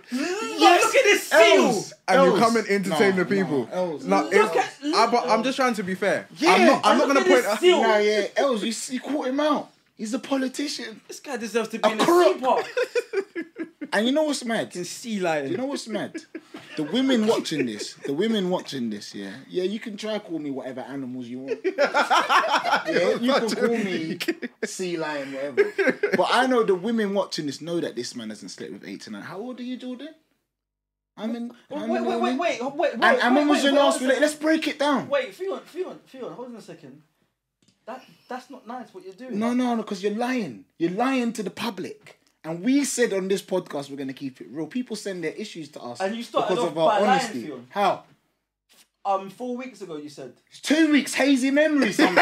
Look- Look at this seal.
Els.
and
Els.
you come and entertain
Nah,
the people.
nah, Els.
Nah,
Look
it's-
at-
I, but I'm just trying to be fair.
Yeah,
I'm not, I'm
and look
not gonna
at
point.
this seal.
Nah, yeah, Els, you, see- you caught him out. He's a politician.
This guy deserves to be in the
crook.
sea park.
And you know what's mad?
In sea lion.
You know what's mad? The women watching this, the women watching this, yeah, yeah, you can try call me whatever animals you want. Yeah, you can call me sea lion, whatever. But I know the women watching this know that this man hasn't slept with eight to nine. How old are you, Jordan? I'm in.
Wait, wait, wait, wait, wait, wait.
And, and when
wait,
was your
wait,
last?
hold on a
Rela-
second.
Let's break it down.
Wait, Fion, Fion, Fion, hold on a second. That that's not nice what you're doing.
No, no, no, because you're lying. You're lying to the public. And we said on this podcast we're going to keep it real. People send their issues to us
And you started
because
off
of our
by lying,
honesty.
Fiona.
How?
Um, four weeks ago you said.
It's two weeks hazy memory sometimes.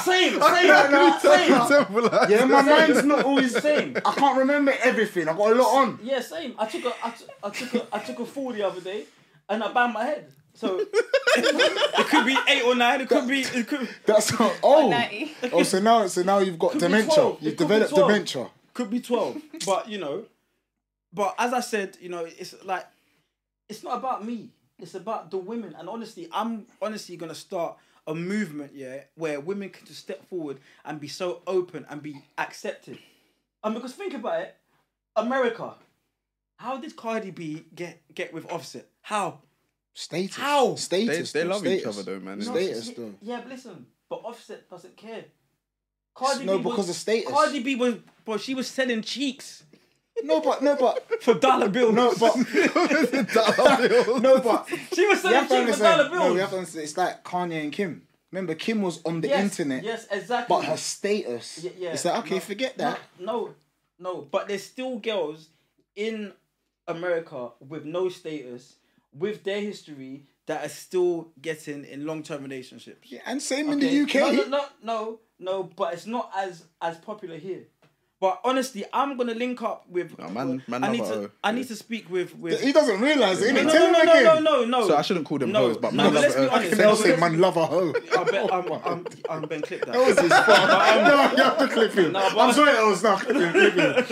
Same, same, same, same.
Yeah, my mind's not always
Same.
I can't remember everything. I've got a lot on.
Yeah, same. I took a, I, t- I took a, I took a four the other day, and I banged my head. So it could be eight or nine. It could be it could
That's not. Oh.
190.
oh, so now, so now you've got
Could be
dementia.
12. It
You've
could be
developed
12.
dementia.
could be twelve. But you know, but as I said, you know, it's like it's not about me. It's about the women. And honestly, I'm honestly gonna start a movement, yeah, where women can just step forward and be so open and be accepted. And because think about it, America, how did Cardi B get get with Offset? How?
Status.
How?
They,
Status.
they
though,
love each
status.
other though, man.
No,
It's-
Status,
yeah,
though.
yeah, but listen, but Offset doesn't care. Cardi
No,
B was-
because of status.
Cardi B was, but she was selling cheeks
No, but, no, but,
for dollar bills.
no, but, no, but.
she was
You
selling
have to
cheeks for dollar
understand.
bills.
No, you have to understand. It's like Kanye and Kim. Remember, Kim was on the
yes,
internet,
Yes, exactly.
but her status.
Y- yeah,
it's like okay,
no,
forget
no,
that.
No, no, but there's still girls in America with no status, with their history, that are still getting in long term relationships.
Yeah, and same in
Okay.
the UK.
No, no, no, no, no, but it's not as as popular here. But honestly, I'm gonna link up with.
man- man
I need
lover,
to.
oh,
I
yeah.
need to speak with with.
He doesn't realize it.
no,
innit?
no,
Tell
no,
him
no,
again.
no, no, no.
So I shouldn't call them
No,
hoes, but
no,
man
but let's
lover,
be
oh.
honest.
They'll
let's-
say, "Man, love a hoe."
I bet I'm I'm I'm been clipped. That.
That was his fault. no, you have to clip him.
No, but-
I'm sorry, I was not clipping. Clip him. I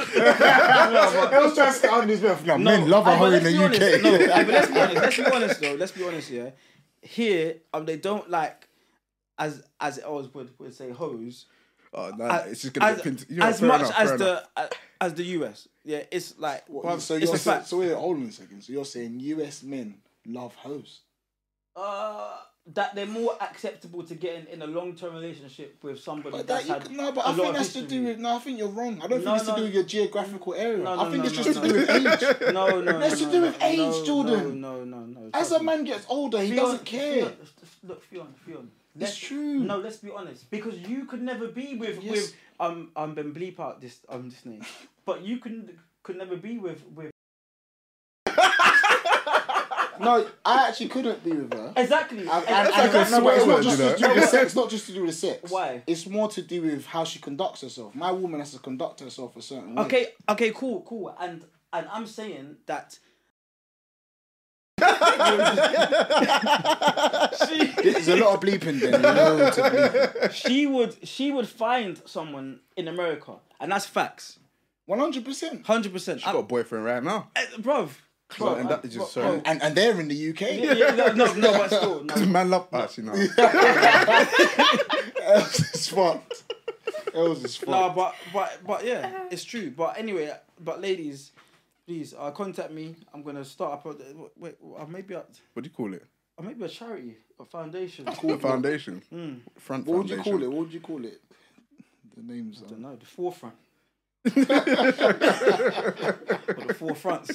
was trying to get out of this mouth. No, men love a
aye, but
hoe in
let's
the
be honest.
UK.
No, aye, but let's be honest. Let's be honest though. Let's be honest. Yeah, here um, they don't like as as it always would would say hoes.
Oh, nah, it's just gonna
As,
get pinned. You know,
as
fair
much
enough,
as
fair enough.
the a- as the US. Yeah, it's like
What, so
it's
you're
a
saying,
fact.
so wait, hold on a second. So you're saying US men love hoes?
uh, that they're more acceptable to getting in a long term relationship with somebody
But
that's
that you,
had
can- no, but
a
I
lot
think
of
that's to do
history.
with. No, I think you're wrong. I don't
No,
think it's
no.
to do with your geographical area.
No, no,
I think
no,
it's
no,
just
no.
to do with age.
no, no, no,
That's to
no,
do
no,
with age,
no,
Jordan.
No, no, no, no.
As a
trust me.
man gets older, he
Fionn-
doesn't care.
Fionn- look, Fionn, Fionn. Let's-
true.
No, let's be honest, because you could never be with
Yes.
with um um Ben bleep out this um this name, but you could could never be with with
No, I actually couldn't be with her.
exactly.
And, and,
Exactly.
and,
like a
no, but it's
swear
not
word, you
just to
know?
do with sex. Not just to do with sex.
Why?
It's more to do with how she conducts herself. My woman has to conduct herself a certain way.
Okay, okay, cool, cool. And and I'm saying that
There's a lot of bleeping there. you know what to bleep.
she would she would find someone in America, and that's facts,
One hundred percent.
hundred percent. eh,
I've got a boyfriend right now.
Bruv.
So, and that is just so.
And and they're in the UK.
Yeah, yeah, no, no, no, but still, no.
Man love us, you know.
Els is fucked. Els is fucked.
No, but but but yeah, it's true. But anyway, but ladies, please uh, contact me. I'm gonna start up. A, wait, uh, maybe a,
What do you call it?
uh, maybe a charity, a foundation.
The foundation.
Hmm.
Front
what would
foundation.
you call it? What would you call it? The names.
No, the forefront. for the four fronts.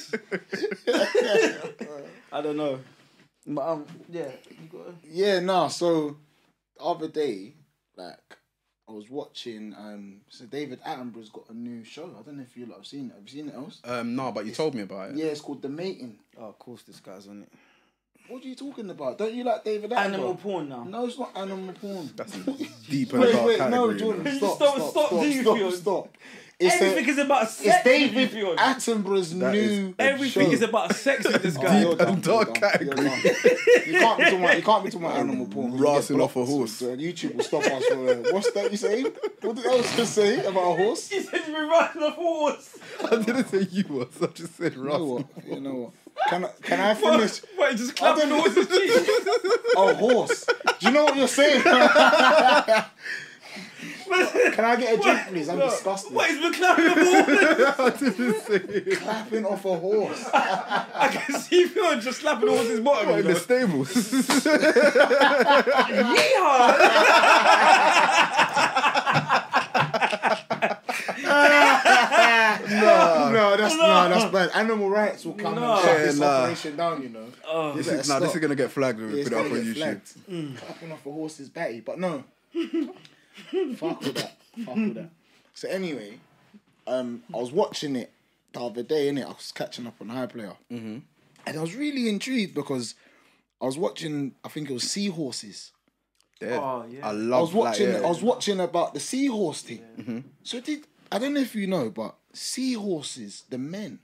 I don't know. But um, yeah, you got
Yeah, nah. So the other day, like I was watching. Um, so David Attenborough's got a new show. I don't know if you lot have seen it. Have you seen it else?
Um, no, but you told me about it.
Yeah, it's called The Mating.
oh, of course this guy's on it.
What are you talking about? Don't you like David Attenborough?
Animal porn now.
No, it's not animal porn.
That's deep and
wait,
dark
wait, no,
category. you
Jordan,
know.
Just
stop,
stop,
stop,
stop,
stop,
do you
stop,
feel?
stop. It's a-
Everything is about sex.
it's
with
David
you, Fiona.
Attenborough's
That
new.
is-
Everything
show.
is about sex with this
Oh,
guy.
you're
Deep
done,
and
you're
dark
done, you're
category.
done. You can't be talking about, you can't be talking about animal porn. You'll get
Rassing off a
blocked.
horse.
So YouTube will stop us from uh, What's that you saying? What did else just say about a horse?
He said you're riding a horse.
I didn't say you was. I just said
You know
Russell.
what? You know what? Can I, can I finish?
Wait, wait, just clapping the
don't-
horse's cheek.
A horse. Do you know what you're saying? Can I get a drink, please? I'm disgusted.
What is McLaren the horse?
I didn't say it.
Clapping off a horse.
I can see Fiona just slapping the horse's bottom.
What,
you
in the
know.
stables.
Yeehaw!
Uh,
no, no, that's no, that's bad. Animal rights will come
No.
and shut
Yeah,
this
nah.
operation down. You know,
this is, nah, this is gonna get flagged when we
Yeah, it's
put it up
gonna
on
get
YouTube.
flagged. Clapping off a horse's batty, but no. Fuck with that. Fuck with that. So anyway, um, I was watching it the other day, innit? I was catching up on High Player, mm-hmm. and I was really intrigued because I was watching. I think it was seahorses.
Yeah.
Oh, yeah.
I
I
love.
was watching.
Like, yeah.
I was watching about the seahorse thing. So did I don't know if you know, but seahorses, the men,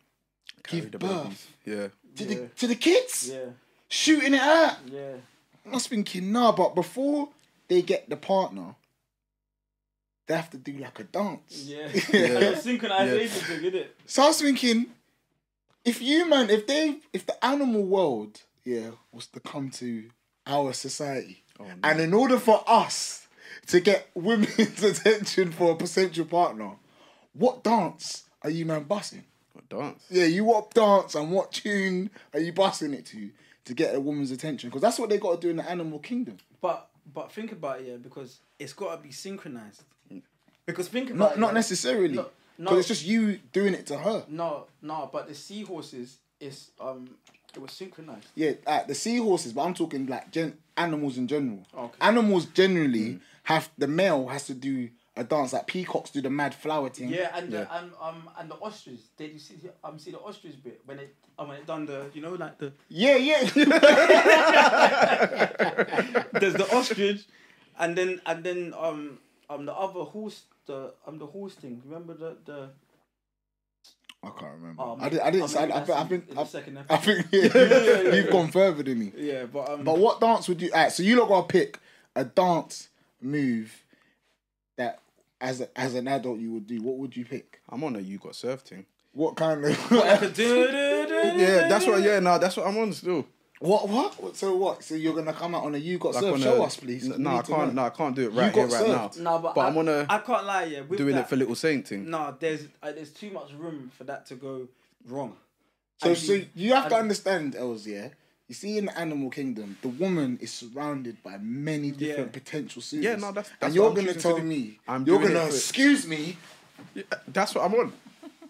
Carry
give
the
birth
babies. Yeah.
to the to the kids,
Yeah,
shooting it out.
yeah.
I was thinking, nah, but before they get the partner, they have to do like a dance.
Yeah.
Yeah.
Synchronization thing, isn't it?
So I was thinking, if you man, if they, if the animal world, yeah, was to come to our society, and in order for us to get women's attention for a potential partner, what dance are you man bussing?
What dance.
Yeah, you what dance and what tune are you bussing it to to get a woman's attention? Because that's what they got to do in the animal kingdom.
But but think about it, yeah, because it's got to be synchronized. Because think about
Not
it,
not
yeah.
necessarily.
No,
Because
no.
it's just you doing it to her.
No, no, but the seahorses is um, it was synchronized.
Yeah, uh, the seahorses, but I'm talking like gen- animals in general.
Okay. Mm.
Animals generally have the male has to do a dance like peacocks do the mad flower thing.
Yeah, and the and um and the ostrich. Did you see the, um see the ostrich bit when it um, when it done the you know like the
Yeah, yeah.
there's the ostrich, and then and then um um the other horse the um the horse thing. Remember the the
I can't remember.
Oh,
I, did, I
I'll
didn't. say-
maybe
I, I,
that's
think- I
in-
think.
in the
I,
second
I
episode.
think. Yeah,
yeah, yeah.
you've gone further than me.
yeah, but um
But what dance would you? Alright, so you lot gotta pick a dance move that as a, as an adult you would do. What would you pick?
I'm on a you got served thing.
What kind of?
Yeah, that's what. Yeah, nah, that's what I'm on still.
What what? What- So what? So you're gonna come out on a you got
Like
served?
on
Show
a-
us, please.
No,
We
I
need to
can't.
know.
No, I can't do it right here,
got
right now.
served.
No, but,
I'm on a
I can't lie. Yeah, with
doing
that,
it for little saint thing.
No, there's uh, there's too much room for that to go wrong.
So
And
so you have to
and-
understand, Els. Yeah. You see, in the animal kingdom, the woman is surrounded by many different
Yeah.
potential suitors.
Yeah, no, that's-
and
that's
you're
what I'm
gonna
choosing to
tell
do.
me.
I'm
you're
doing it
gonna
for-
excuse me.
That's what I'm on.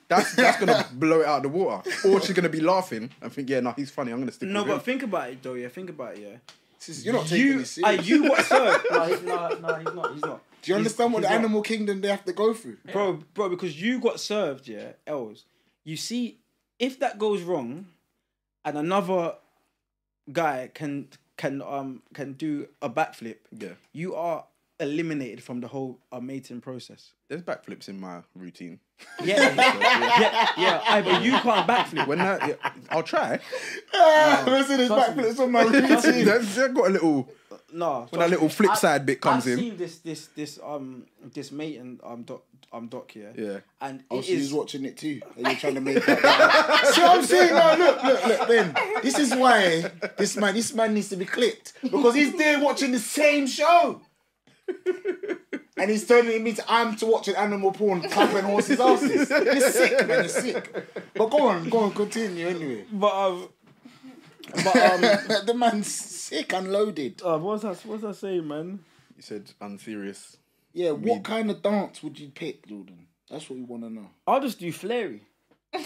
That's that's gonna blow it out of the water. Or she's gonna be laughing and think, yeah, no, he's funny. I'm gonna stick.
No,
with
but
him.
think about it though. Yeah, think about it. Yeah.
This is- You're not taking
You
this
are
seriously.
you what sir? no, he's not. No, he's not. He's not.
Do you understand what the
he's not.
animal kingdom they have to go through?
bro, bro, because you got served, yeah, Els. You see, if that goes wrong, and another guy can can um can do a backflip,
Yeah.
you are eliminated from the whole uh, mating process.
there's backflips in my routine.
Yeah, yeah, yeah. aye, but you can't backflip.
When that, yeah, I'll try.
Ah, listen, his backflips on my routine.
That's they've got a little.
No,
When that little flip side bit comes
I've
in.
seen this this this um this mate and um doc um doc here.
Yeah.
and
Oh,
it
she's
is
watching it too. And you're trying to make that. See what I'm saying? Now, look, look, look, Ben. This is why this man, this man needs to be clipped because he's there watching the same show. And he's turning me to I'm to watching animal porn clapping horses' asses. You're sick, man. You're sick. But go on, go on, continue anyway.
but um but um
the man's sick and loaded.
uh, what's that what's that saying, man?
You said unserious.
Yeah, what kind of dance would you pick, Jordan? That's what we want to know.
I'll just do Flary.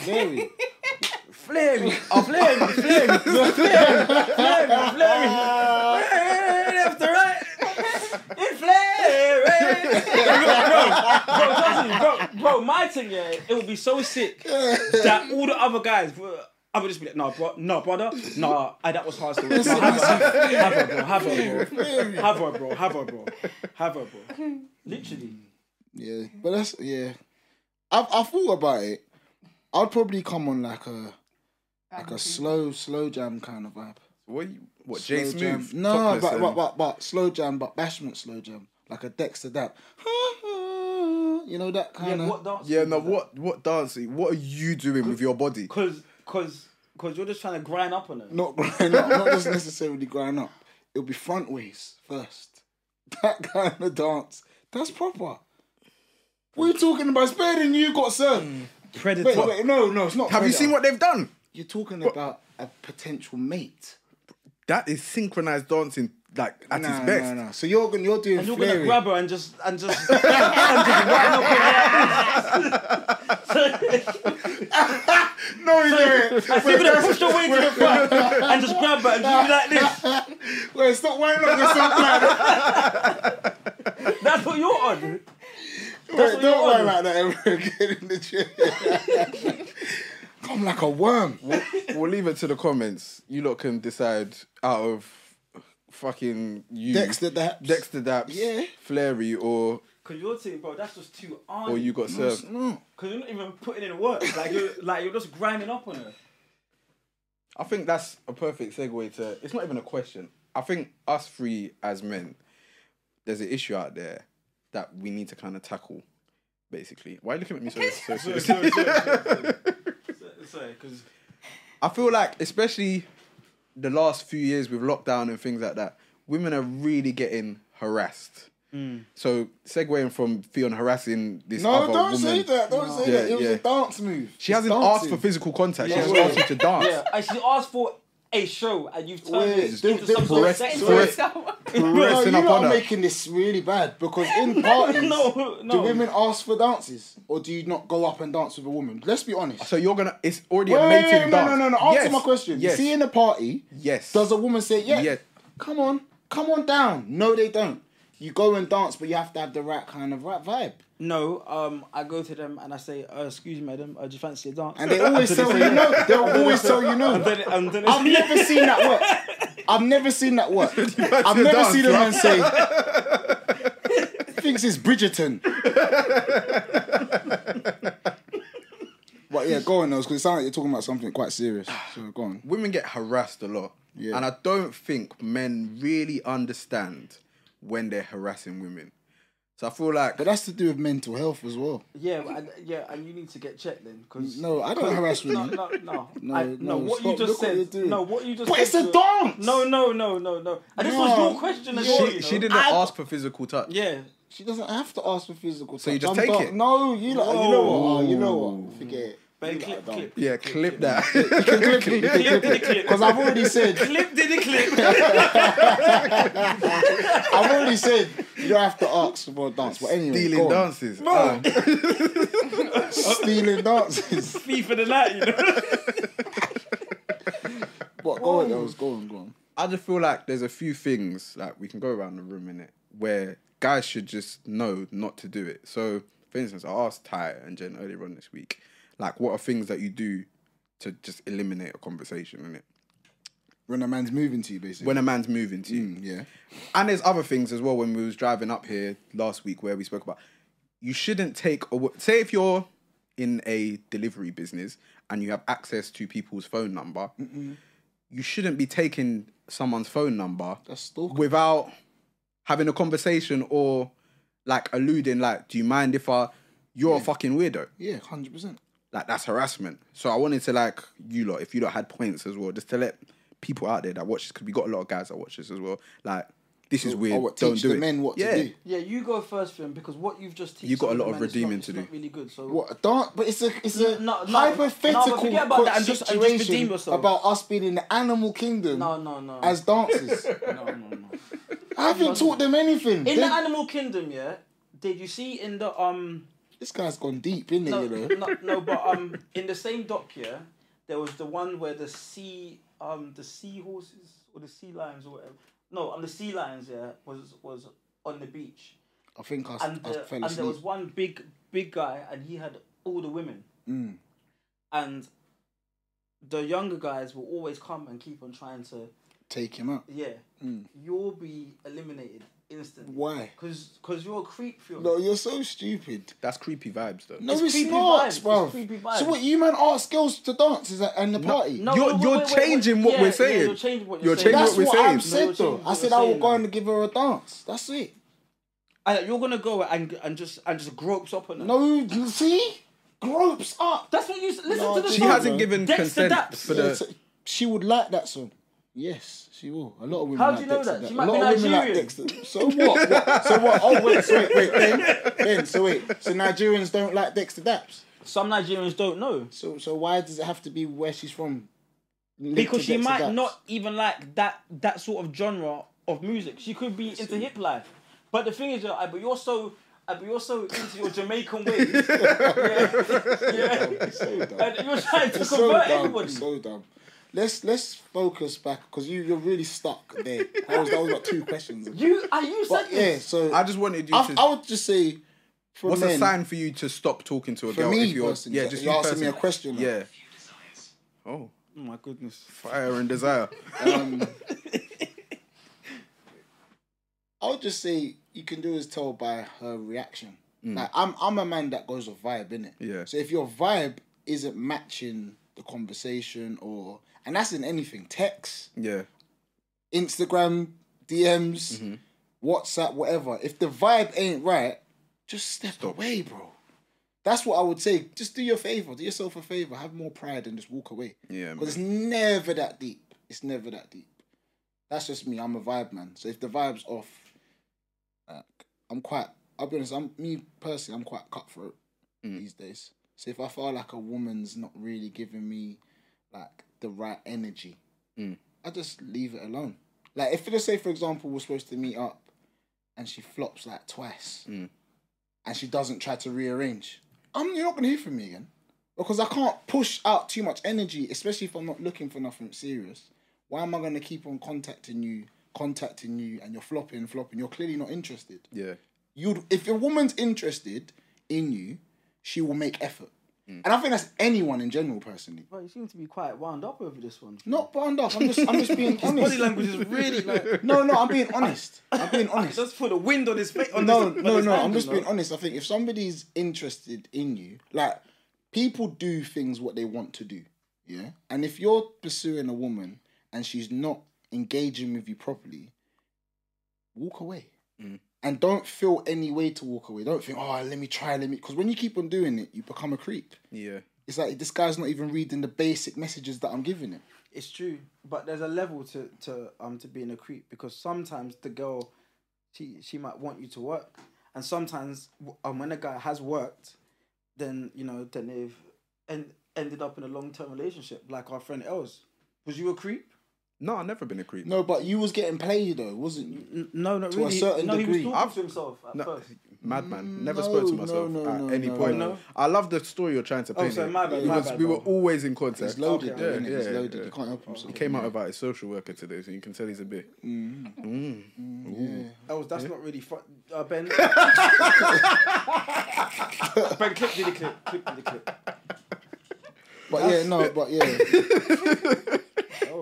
Very.
Flary. Oh, Flary. Flary. Flary. Flary. Flary. Left to right. It's Flary. Bro, bro, trust me, bro, bro, my thing, yeah, it would be so sick that all the other guys were. I would just be like, no, bro, no, brother, no, I, that was hard. Still. No, have, her, have her, bro, have her, bro, have her, bro, have her, bro, have her, bro. Literally,
yeah, but that's yeah. I've I thought about it. I'd probably come on like a like a slow slow jam kind of vibe.
What? You, what?
Slow
Jay Smooth?
jam. No,
topless
but, but
and-
but but slow jam, but bashment slow jam, like a Dexter Dap. You know that
yeah.
kind of.
What dance?
yeah. No. What? What dancing? What are you doing with your body?
Cause, cause, cause you're just trying to grind up on her.
not grind up, not just necessarily grind up. It'll be front ways first. That kind of dance. That's proper. What are you talking about? It's better than you got served.
Predator.
Wait, wait, no, no, it's not.
Mm. Have you
predator.
seen what they've done?
You're talking about a potential mate.
That is synchronized dancing, like at
No,
its
no,
best.
no. So you're gonna you're doing
And you're gonna
flaring.
grab her and just and just and just wind up on
no, you do
her. So you're gonna push her way to the front and just grab her and just be like this.
Wait, stop winding up yourself, man.
That's what you're on. That's
Wait,
what
don't
you're
wind
on.
like that ever again in the chair. Come like a worm.
We'll leave it to the comments. You lot can decide out of fucking you,
Dexter Daps.
Dexter Daps,
Yeah.
Flary, or
Cause you're saying, bro, that's just too on.
or you got served.
No.
Cause you're not even putting in work. Like you're like you're just grinding up on her.
I think that's a perfect segue to. It's not even a question. I think us three as men, there's an issue out there that we need to kind of tackle. Basically, why are you looking at me so, so
Sorry, sorry,
seriously?
sorry, sorry, sorry. Sorry, cause
I feel like, especially the last few years with lockdown and things like that, women are really getting harassed. So segueing from Theon harassing this
No,
other
don't
woman,
say that. Don't say
Yeah,
that. It was
yeah.
a dance move.
she hasn't
It's
asked
dancing.
for physical contact.
Yeah,
she just
yeah.
asked you to dance.
yeah, and she asked for a show and you've turned
Wait,
it into
they-
some
they
sort of
pressed-
sex.
pressed-
No,
Pressing
you
up on
lot are
her.
making this really bad because in parties,
no, no.
do women ask for dances or do you not go up and dance with a woman? Let's be honest.
So you're gonna. It's already
Wait,
a
wait,
mating
wait, no,
dance.
no, no, no. Answer
Yes,
my question.
Yes.
See, in a party,
yes.
does a woman say, yeah,
Yeah.
come on, come on down? No, they don't. You go and dance, but you have to have the right kind of right vibe.
No, um, I go to them and I say, uh, excuse me, madam, uh, do you fancy a dance?
And they always tell you no. They'll always tell you no.
And then, and then
I've never seen that work. I've never seen that work. I've
your
never
dance,
seen a
bruv.
man say thinks it's Bridgerton. but yeah, go on, though, because it sounds like you're talking about something quite serious. So go on.
women get harassed a lot.
Yeah.
And I don't think men really understand when they're harassing women. So I feel like
But that's to do with mental health as well.
Yeah, but I- yeah, and you need to get checked then, because
No, I don't harass
no,
women.
no, no,
No,
I,
no,
no, What you just
stop. Look what
said,
you're doing.
no, what you just
But
said
it's a
to-
dance.
No, no, no, no, no. And this was
No.
your question as
She-
well.
she,
You know?
she didn't
I-
ask for physical touch.
Yeah,
She doesn't have to ask for physical. So
you just take it?
No, you know, you know what? Oh, you know what? Forget it.
but
You lot are
clip,
dumb.
clip,
Yeah, clip that.
Clip it, you can
clip,
clip it.
clip,
Because I've already said
clip, did it clip?
I've already said you don't have to ask for a dance, but anyway,
Stealing
go on.
dances. Uh,
stealing dances.
Thief of the night, you know.
But go on, girls, go on, go on.
I just feel like there's a few things like we can go around the room in it where guys should just know not to do it. So, for instance, I asked Ty and Jen earlier on this week, like, what are things that you do to just eliminate a conversation in it
When a man's moving to you, basically.
when a man's moving to you?
Mm, yeah.
and there's other things as well when we was driving up here last week where we spoke about you shouldn't take a, say if you're in a delivery business and you have access to people's phone number you shouldn't be taking someone's phone number
That's stalking.
without having a conversation or like alluding like do you mind if i you're a fucking weirdo
Yeah, hundred percent.
like that's harassment. So I wanted to like you lot, if you lot had points as well, just to let people out there that watch this because we got a lot of guys that watch this as well. Like this is weird.
I would
Don't
teach
do
the
it.
men Oh, what
yeah.
to do.
Yeah, you go first, Finn, because what you've just teach
You got
the
a lot of
man is not-
redeeming
it's
to
not
do.
Really good. So
What a dance? But it's a it's a
No, no, no, no, but
hypothetical
forget about that and just- and just
situation
redeem yourself.
about us being in the animal kingdom
No, no, no.
as dancers.
no, no, no.
I haven't taught them anything.
In
They-
the animal kingdom, yeah. Did you see in the um
this guy's gone deep, isn't
No,
it? You know,
no, no, but um, in the same doc, yeah, there was the one where the sea, um, the sea horses or the sea lions or whatever. No, um, the sea lions, yeah, was was on the beach,
I think I, s-
and
I
the,
fell
and there
asleep.
was one big big guy, and he had all the women,
Mm.
and the younger guys will always come and keep on trying to,
Take him out.
yeah,
Mm.
you'll be eliminated instantly.
Why?
Cause, cause you're a creep. Fiona.
No, you're so stupid.
That's creepy vibes though.
No,
It's
it's,
creepy vibes,
not,
it's
bruv.
creepy vibes.
So what? You man ask girls to dance is that, and the party?
No,
You're-
no, wait,
you're
wait, wait,
changing what
Yeah,
we're
yeah,
saying.
you're changing what
You're
you're, saying.
changing
That's
what we're
what,
saying.
I've
No,
said
you're
though.
changing
I
what
said
you're
I will
saying,
go
though.
and give her a dance. That's it.
Uh, you're gonna go and and just and just gropes up on her.
No, you see, gropes up.
that's what you s- listen
No,
to. The
she
She
song.
hasn't given
Dexter
consent
Daps.
for
Yeah,
the.
so she would like that song. Yes, she will. A lot of women.
How do
like
you know
Dexter
that?
Daps.
She might
a lot
be
of women like
Nigerian.
Dexter. So what? What? So what? Oh wait, so wait, wait, then, then, so wait. So Nigerians don't like Dexter Daps.
Some Nigerians don't know
So so why does it have to be where she's from? linked
because
to
she
Dexter
might
Daps?
not even like that that sort of genre of music. She could be into hip life, but the thing is, uh, but you're so. uh, But you're so into your Jamaican ways. yeah. yeah.
So dumb.
And you're trying to
It's
convert
so dumb.
everybody.
it's So dumb. Let's let's focus back because you you're really stuck there. That was that was like two questions.
You are you said
But yeah,
this?
so
I
I,
just wanted you
I,
to.
would just say, for
What's
men,
a sign for you to stop talking to a
For
girl
me,
if you're?
personally,
yeah,
you're
just
asking me
personally.
a question, like-
Yeah.
Oh
Oh,
my goodness.
fire and desire.
Um, I would just say you can do is tell by her reaction. Like I'm, I'm a man that goes with vibe, innit?
Mm. Yeah.
So if your vibe isn't matching the conversation, or and that's in anything, text,
Yeah.
Instagram, DMs, WhatsApp, whatever. If the vibe ain't right, just step away, bro. That's what I would say. Just do your favor, do yourself a favor, have more pride, and just walk away.
Yeah,
because it's never that deep. It's never that deep. That's just me. I'm a vibe man. So if the vibe's off, like, I'm quite. I'll be honest. I'm me personally. I'm quite cutthroat these days. So if I feel like a woman's not really giving me like the right energy, I just leave it alone. Like if let's say for example we're supposed to meet up, and she flops like twice, and she doesn't try to rearrange, I'm you're not gonna hear from me again, because I can't push out too much energy, especially if I'm not looking for nothing serious. Why am I gonna keep on contacting you, contacting you, and you're flopping, flopping? You're clearly not interested
Yeah.
you'd if a woman's interested in you, she will make effort. And I think that's anyone in general, personally.
Bro, you seem to be quite wound up over this one.
Not bound up. I'm just I'm just being
Body
honest.
language is really like
No, no, I'm being honest. I'm being honest.
just put the wind on his face. On
No,
this,
no, no. I'm just being honest. I think if somebody's interested in you, like people do things what they want to do. Yeah. And if you're pursuing a woman and she's not engaging with you properly, walk away.
Mm.
And don't feel any way to walk away. Don't think, oh, let me try, let me. Because when you keep on doing it, you become a creep.
Yeah.
It's like this guy's not even reading the basic messages that I'm giving him.
It's true, but there's a level to to um to being a creep because sometimes the girl, she she might want you to work, and sometimes w- um when a guy has worked, then you know then they've and ended up in a long term relationship like our friend Els. Was you a creep?
No, I've never been a creep.
No, but you was getting played though, wasn't you?
N- no, not
To a
really.
certain
no, he
degree.
was talking
I've-
to himself at
No,
first.
madman. Never
No,
spoke to
no,
myself
no,
at
no,
any
no.
point.
No? Oh,
I love the story you're trying to paint.
sorry,
here.
my bad,
It
my
was-
bad,
we
bro.
were always in contact.
It's loaded,
Okay,
though,
yeah,
innit? it's
yeah,
loaded.
yeah.
You can't help yourself.
He came out about his social worker today, so you can tell he's a bit.
Els, Oh, that's not really fun. Uh, ben. ben, clip did the clip. Clip did the clip.
But yeah, no, but yeah.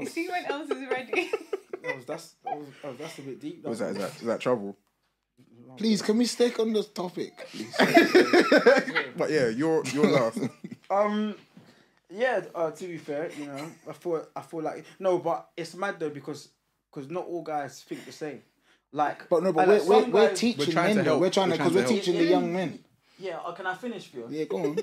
See when else is ready.
That was, that's that was, oh, that's a bit deep.
What's that? Is that, is that trouble?
Please, can we stick on the topic, please?
But yeah, you're you're last.
Um, yeah. Uh, to be fair, you know, I thought I feel like no, but it's mad though because because not all guys think the same. Like,
But no, but
and
we're,
like
we're,
some
we're
guys-
teaching
We're trying
men.
to
though.
help.
We're trying
We're
to because
trying
we're
to help.
teaching the young men.
Yeah. Uh, can I finish, Fiona?
Yeah, go on.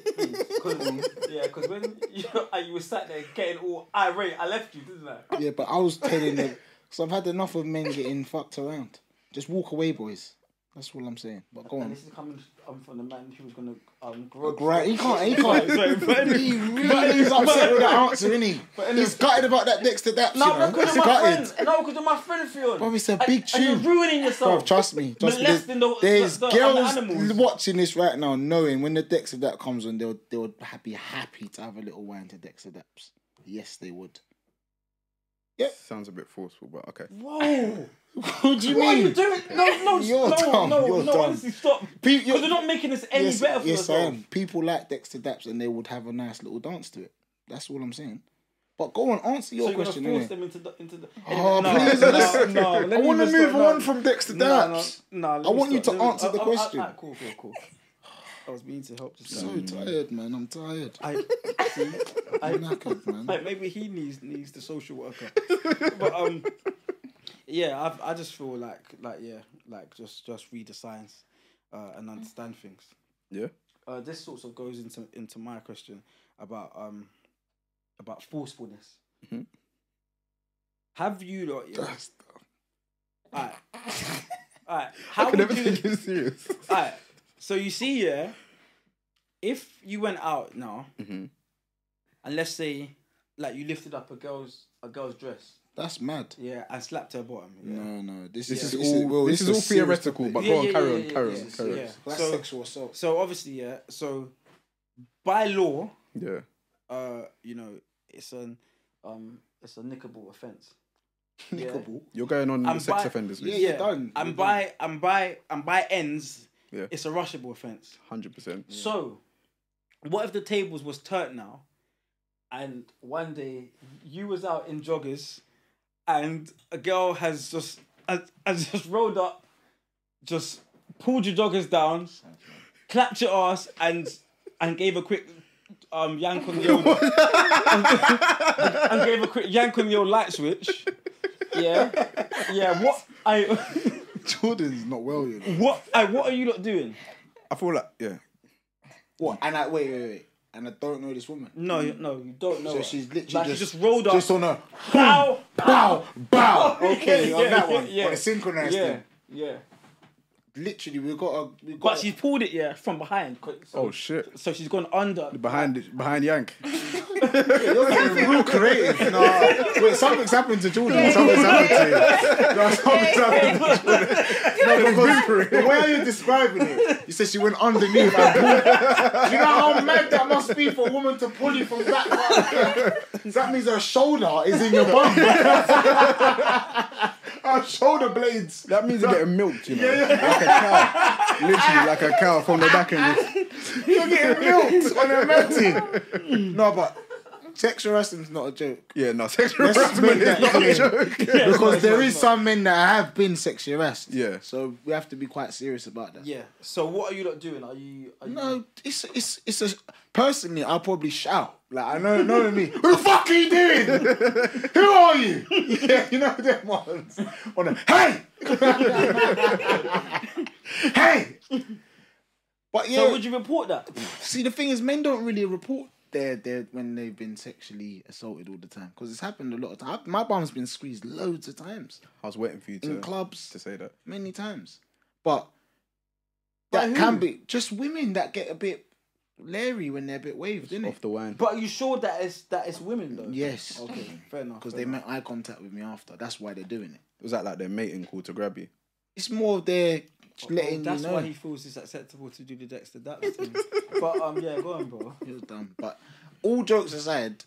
Cause, yeah, because when you, and you were sat there getting all irate, I left you, didn't I?
yeah, but I was telling them because I've had enough of men getting fucked around. Just walk away, boys. That's all I'm saying. But go on.
This is coming um, from the man who's gonna um grow.
Right, he can't. He
Sorry,
can't.
sorry, but anyway.
He really is upset with the answer, isn't he? He's gutted about that next adapt. you
No,
know?
because
He's
you're my
gutted.
friend. No, because you're my friend, Fiona.
Bro, it's a
And-
big
And,
tune.
you're ruining yourself.
Bro, trust me. Trust me. There's,
Molesting the-
there's
the- the
girls
other animals.
watching this right now, knowing when the Dex of that comes on, they'll they'll be happy to have a little wine to Dex of Daps. Yes, they would.
Sounds a bit forceful, but okay.
Whoa.
what do you
What are
mean?
you doing? No, no,
You're
no,
dumb,
no,
you're
no,
dumb.
honestly, stop.
Pe-
Because you're not making this any
yes,
better for
yes, I
yourself.
am. People like Dexter Daps and they would have a nice little dance to it. That's all I'm saying. But go on, answer your
So you're gonna
question.
force
innit?
them into the into the.
Oh,
no,
please,
no,
let's-
no, let
I
me
want to
just-
move
no,
on from Dexter
No, no,
Daps.
no, let
I
me
want you
stop,
to
let me-
answer the
oh, oh,
question.
alright, Cool, cool, cool. I was meaning to help. Just now.
So tired, man. I'm tired.
I, see,
I'm
I,
knackered, man.
like maybe he needs needs the social worker. but um, yeah, I I just feel like like yeah, like just just read the signs, uh, and understand things.
Yeah.
Uh, this sort of goes into into my question about um about forcefulness.
Mhm.
Have you lot? Yeah,
That's-
alright, alright. How
I can never
would you?
take you serious.
Alright, so you see, yeah, if you went out now,
Mhm.
Mm-hmm.
and let's say, like you lifted up a girl's a girl's dress,
That's mad.
yeah, and slapped her bottom. Yeah.
No, no. This,
This
is,
is all.
well,
this, is all
serious
theoretical, but
Yeah,
go on,
yeah,
carry
yeah,
on,
yeah,
carry
yeah,
on,
yeah,
carry on.
yeah.
That's
So-
sexual assault.
So obviously, yeah. So by law,
Yeah.
uh, you know, it's an um, it's a nickable offense.
Nickable.
You're going on the
And
sex
by-
offenders
Yeah,
list.
you're done.
And
You're
by and by and by ends,
Yeah.
it's a rushable offense.
Hundred percent.
So, what if the tables was turned now, and one day you was out in joggers, and a girl has just has, has just rolled up, just pulled your joggers down, clapped your ass, and and gave a quick um yank on your and, and gave a quick yank on your light switch. Yeah, yeah. What I
Jordan's not well, you know.
what I what are you lot doing?
I feel like yeah.
What? And I wait, wait, wait. And I don't know this woman.
No, you- no, you don't know.
So
her.
she's literally
like,
just,
she just rolled up.
Just on her.
Pow!
Bow, bow. Okay,
Yeah,
on that
yeah,
one.
yeah.
On the synchronized
Yeah,
thing.
yeah.
Literally, we got a. We got
But
a-
she's pulled it, yeah, from behind. 'cause- So,
Oh shit.
so she's gone under.
Behind it- behind Yank.
You're getting real creative. Nah. Wait, something's happened to Jordan. Something's happened to you. No, something's happened to Jordan. No, because the way how you're describing it, you said she went underneath and pulled. Do you know how mad that must be for a woman to pull you from that? round? that means her shoulder is in your bum. her shoulder blades.
That means you're getting milked, you know, like a cow. Literally like a cow from the back end.
You're getting milked on a mountain. No, but sexual harassment's not a joke.
Yeah, no, sexual
Let's
harassment
make
is
that
not a
clear.
joke.
because there is some men that have been sexually harassed.
Yeah.
So we have to be quite serious about that.
Yeah. So what are you not doing? Are you? Are you
No, it's it's it's a personally I'll probably shout. Like I know knowing me. Who the fuck are you doing? Who are you? Yeah, you know them ones. On a hey Hey But yeah,
So would you report that?
see the thing is men don't really report their their when they've been sexually assaulted all the time. Because it's happened a lot of times. My bum's been squeezed loads of times.
I was waiting for you
In
to,
clubs
to say that.
many times. But
By
that can
who?
be just women that get a bit leery when they're a bit waved, isn't it?
Off the wine.
But are you sure that it's that it's women though?
Yes.
Okay. Fair enough.
Because
fair
they
enough.
make eye contact with me after. That's why they're doing it.
was that like their mating call to grab you?
It's more of their
Oh,
letting you
that's
know.
why he feels it's acceptable to do the Dexter Daps thing. but um, yeah, go on, bro.
You're dumb. But all jokes aside,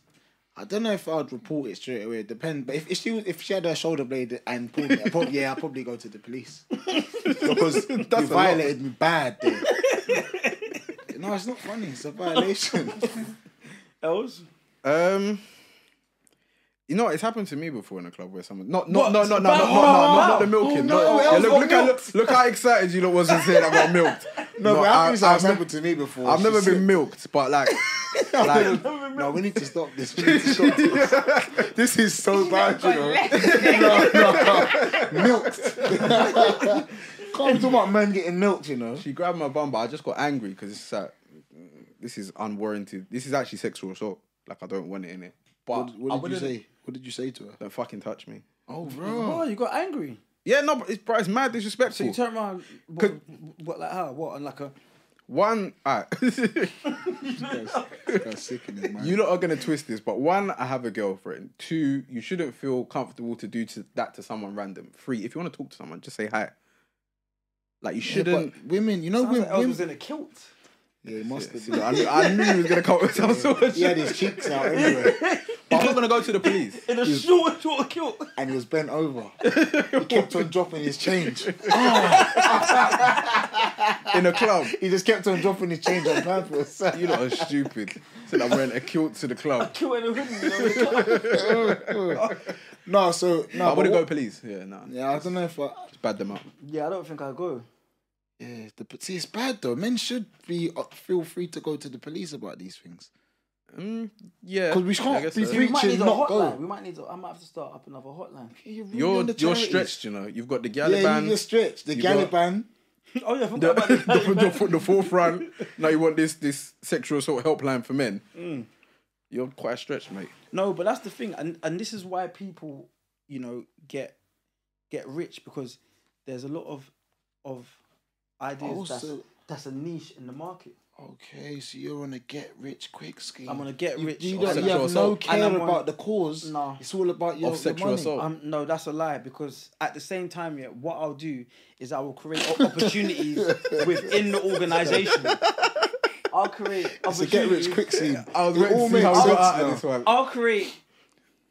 I don't know if I'd report it straight away. It depends. But if, if she was- if she had her shoulder blade and pulled it, I'd probably, yeah, I'd probably go to the police because you violated me bad. There. no, it's not funny. It's a violation.
Else,
Um, you know, it's happened to me before in a club where someone not not
What?
no no no
Bam-
not, not, not, not,
Wow.
the milking.
Oh, no,
no, yeah,
Els
look,
got
look, how, look, look how excited you lot was to say that I got milked.
No, but
I,
I've,
have
happened to me before. She
never
said-
been milked, but like, like
No, we need to stop this. We need to stop this. this is so bad, you know. No, no, no. Milked. Can't talk about men getting milked, you know.
she grabbed my bum, but I just got angry because it's like this is unwarranted. This is actually sexual assault. Like I don't want it in it. But I
What, what did you
wouldn't-
say? What did you say to her?
Don't fucking touch me.
Oh,
oh,
bro.
you got angry.
Yeah, no, but it's, but it's mad
So you
disrespectful.
turn around, what, what like how? What on like a?
one, alright.
That's sickening, man.
you lot are gonna twist this, but one, I have a girlfriend. Two, you shouldn't feel comfortable to do to, that to someone random. Three, if you want to talk to someone, just say hi. Like you shouldn't.
But women, you know,
Sounds like
women.
Els was in a kilt.
yeah, it must have
See, I,
been.
knew, I knew he was gonna come up with some sort of
He
shit.
had his cheeks out everywhere,
But I'm not gonna go to the police.
In a short, short kilt.
and he was bent over. He kept on dropping his change.
in a club.
He just kept on dropping his change on purpose.
You lot are stupid. Said I'm wearing a kilt to the club.
Kilt and a hoodie. You know,
no, so no.
I
but
wouldn't go
what-
police. Yeah, no.
Yeah, I don't know if I.
Just bad them up.
yeah, I don't think I go.
Yeah, the, but see, it's bad though. Men should be uh, feel free to go to the police about these things.
Mm, yeah.
'Cause we
I
can't
guess
be
We might need
Preaching,
a
not
hotline.
go.
We might need. To, I might have to start up another hotline.
You're, really
You're
on the
you're
charities.
stretched. You know, you've got the
Yeah,
Galiban.
you're stretched. The
You got-
Galiban.
Oh yeah, I forgot
the,
about the,
the, the, the forefront. Now you want this this sexual assault helpline for men.
Mm.
You're quite stretched, mate.
No, but that's the thing, and and this is why people, you know, get get rich because there's a lot of of ideas that's,
Also-
that's a niche in the market.
Okay, so you're on a get rich quick scheme.
I'm on a get
you,
rich
You,
of
don't, you
sexual
have no
assault.
And
care
I'm on-
about the cause.
No.
It's all about your,
Of
your
sexual
money.
assault.
Um, no, that's a lie because at the same time, yeah, what I'll do is I will create o- opportunities within the organization. I'll create
It's a get
opportunities.
rich quick scheme.
I was
It
waiting
all
to see
makes
how we
sense
got out
now.
of this one.
I'll create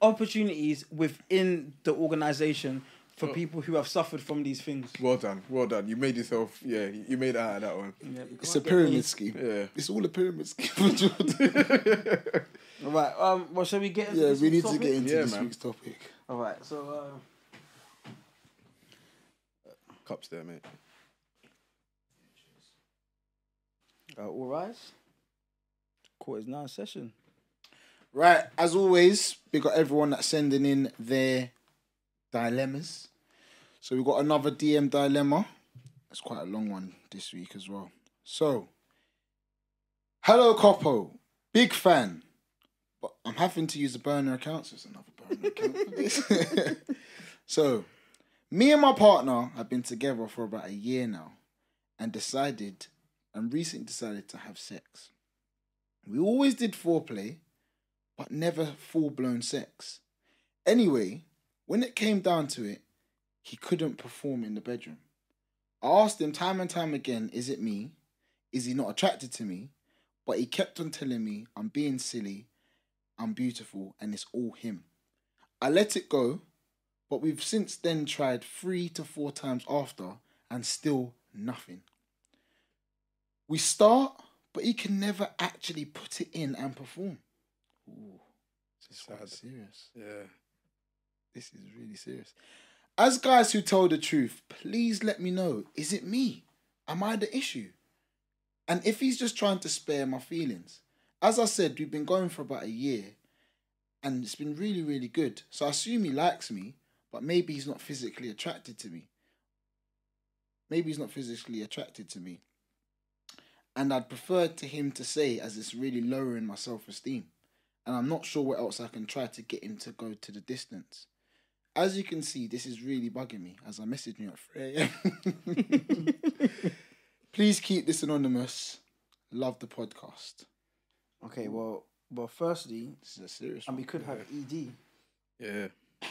opportunities within the organization for people who have suffered from these things.
Well done, well done. You made yourself. Yeah, you made it out of that one.
Yeah, we
It's a
can't get
pyramid
these-
scheme.
Yeah.
It's all a pyramid scheme for Jordan.
Right. Um. Well, shall we get? into
yeah,
this
we need to
topic?
get into
Yeah,
this
man.
week's topic.
All right. So. Uh,
Cups there, mate.
Uh, all rise. Quarters nine session.
Right, as always, we got everyone that's sending in their dilemmas. So we got another DM dilemma. It's quite a long one this week as well. So, hello, Coppo, big fan, but I'm having to use a burner account. So it's another burner account. for this. so, me and my partner have been together for about a year now, and decided, and recently decided to have sex. We always did foreplay but never full blown sex. Anyway, when it came down to it, he couldn't perform in the bedroom. I asked him time and time again, is it me? Is he not attracted to me? But he kept on telling me I'm being silly, I'm beautiful, and it's all him. I let it go, but we've since then tried three to four times after and still nothing. We start, but he can never actually put it in and perform. This is quite serious.
Yeah.
This is really serious. As guys who tell the truth, please let me know. Is it me? Am I the issue? And if he's just trying to spare my feelings. As I said, we've been going for about a year and it's been really, really good. So I assume he likes me, but maybe he's not physically attracted to me. Maybe he's not physically attracted to me. And I'd prefer to him to say, as it's really lowering my self esteem and I'm not sure what else I can try to get him to go to the distance. As you can see, this is really bugging me as I messaged you at 3 a.m. Please keep this anonymous. Love the podcast.
Okay. Well. Well. Firstly,
This is a serious
and
one.
we could have E ED.
Yeah.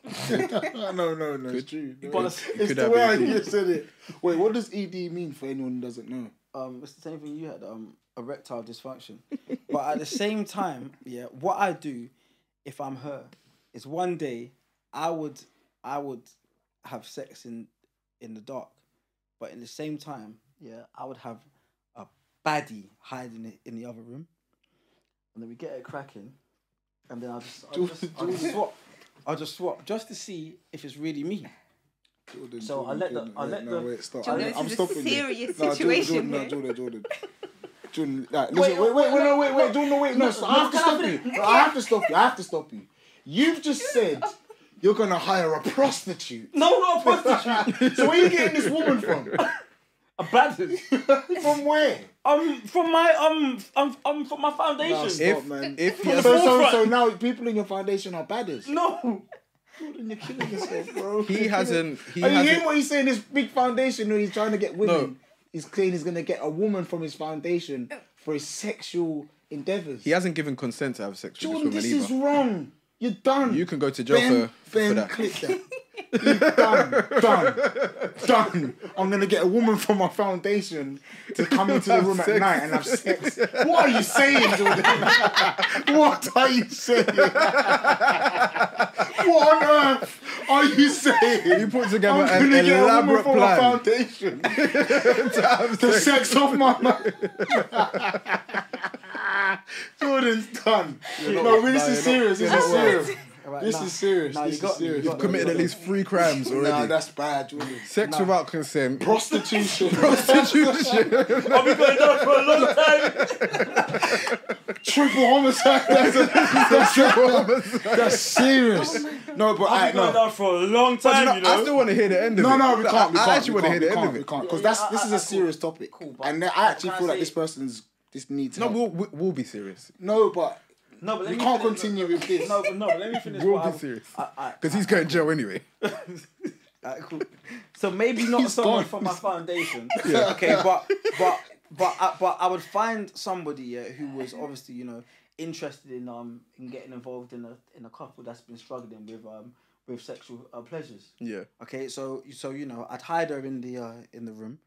no, no, no. It's true. No.
Well,
It's,
it's-
could
the
have
way I
been.
just said it. Wait, what does ED mean for anyone who doesn't know?
Um. It's the same thing you had. Um. Erectile dysfunction. but at the same time, yeah. What I do, if I'm her, is one day I would I would have sex in in the dark, but in the same time, yeah, I would have a baddie hiding it in the other room, and then we get it cracking, and then I'll just I'll just, I'll just swap. I'll just swap just to see if it's really me.
Jordan,
So I let the- I
wait,
let
no,
the-
wait, stop.
Jordan,
I-
this
I'm
is a
stopping you.
serious
Nah,
situation
Jordan,
here.
Jordan, Jordan, Jordan. Jordan, nah, listen, wait, wait, wait, no, wait, wait, Jordan, no, wait, no, I have to
can I
stop you.
finish?
No, I have to stop you. I have to stop you. You've just said you're gonna hire a prostitute.
No, not a prostitute.
So where are you getting this woman from?
a baddie.
From where?
Um, from my um, um, um, from my foundation.
Nah, stop, man.
If he
So,
has,
so, so
forefront.
now people in your foundation are badders.
no,
Jordan, you're killing yourself, bro.
He hasn't. He
Are you
hasn't.
hearing what he's saying? This big foundation when he's trying to get women.
No.
He's saying he's going to get a woman from his foundation for his sexual endeavors.
he hasn't given consent to have sex with
Jordan,
this
this
woman
is
either.
wrong. You're done.
You can go to jail
Ben,
for, for
ben
that.
click that. You're done, done, done. I'm gonna get a woman from my foundation to come into the
Have
room at
sex.
night and have sex. What are you saying, Jordan? what are you saying? what on earth are you saying?
He put
I'm
together
gonna
an
get a woman
elaborate
from my
plan.
foundation the sex of my life. Jordan's done. No, this is serious. This is serious.
Alright,
This
nah.
is serious.
Nah, you
This is
got me, you
serious.
got me.
Committed at least three crimes
Nah,
already.
that's bad, Jordan.
sex without consent.
Prostitution.
Prostitution.
I've been going on for a long time.
Triple homicide. That's, a, that's, a, that's serious.
Oh
no, but I
I've been
no.
going on for a long time, you know.
I still want to hear the end of
No,
it.
no, we
I-
can't. We
I,
can't.
actually
we
want to hear
can't,
the
we
end
can't,
of
We
it.
can't, because
Yeah,
that's
Oh, yeah,
this
I-
is a
I-
serious
cool.
topic,
Cool, but-
and I
but
actually
can I
feel like
say-
this person's this needs
No,
help.
we'll, we- we'll be serious.
No, but
No, but let
we
me
can't
finish-
continue with this.
No, but no, but let me finish.
We'll
what
be
I-
serious.
I, I,
Because he's going to jail anyway.
Alright, cool. So maybe not
He's
someone
gone.
from my foundation. Okay, but but but I, but I would find somebody yeah, who was obviously you know interested in um in getting involved in a in a couple that's been struggling with um with sexual uh, pleasures.
Yeah.
Okay, so so you know, I'd hide her in the uh, in the room.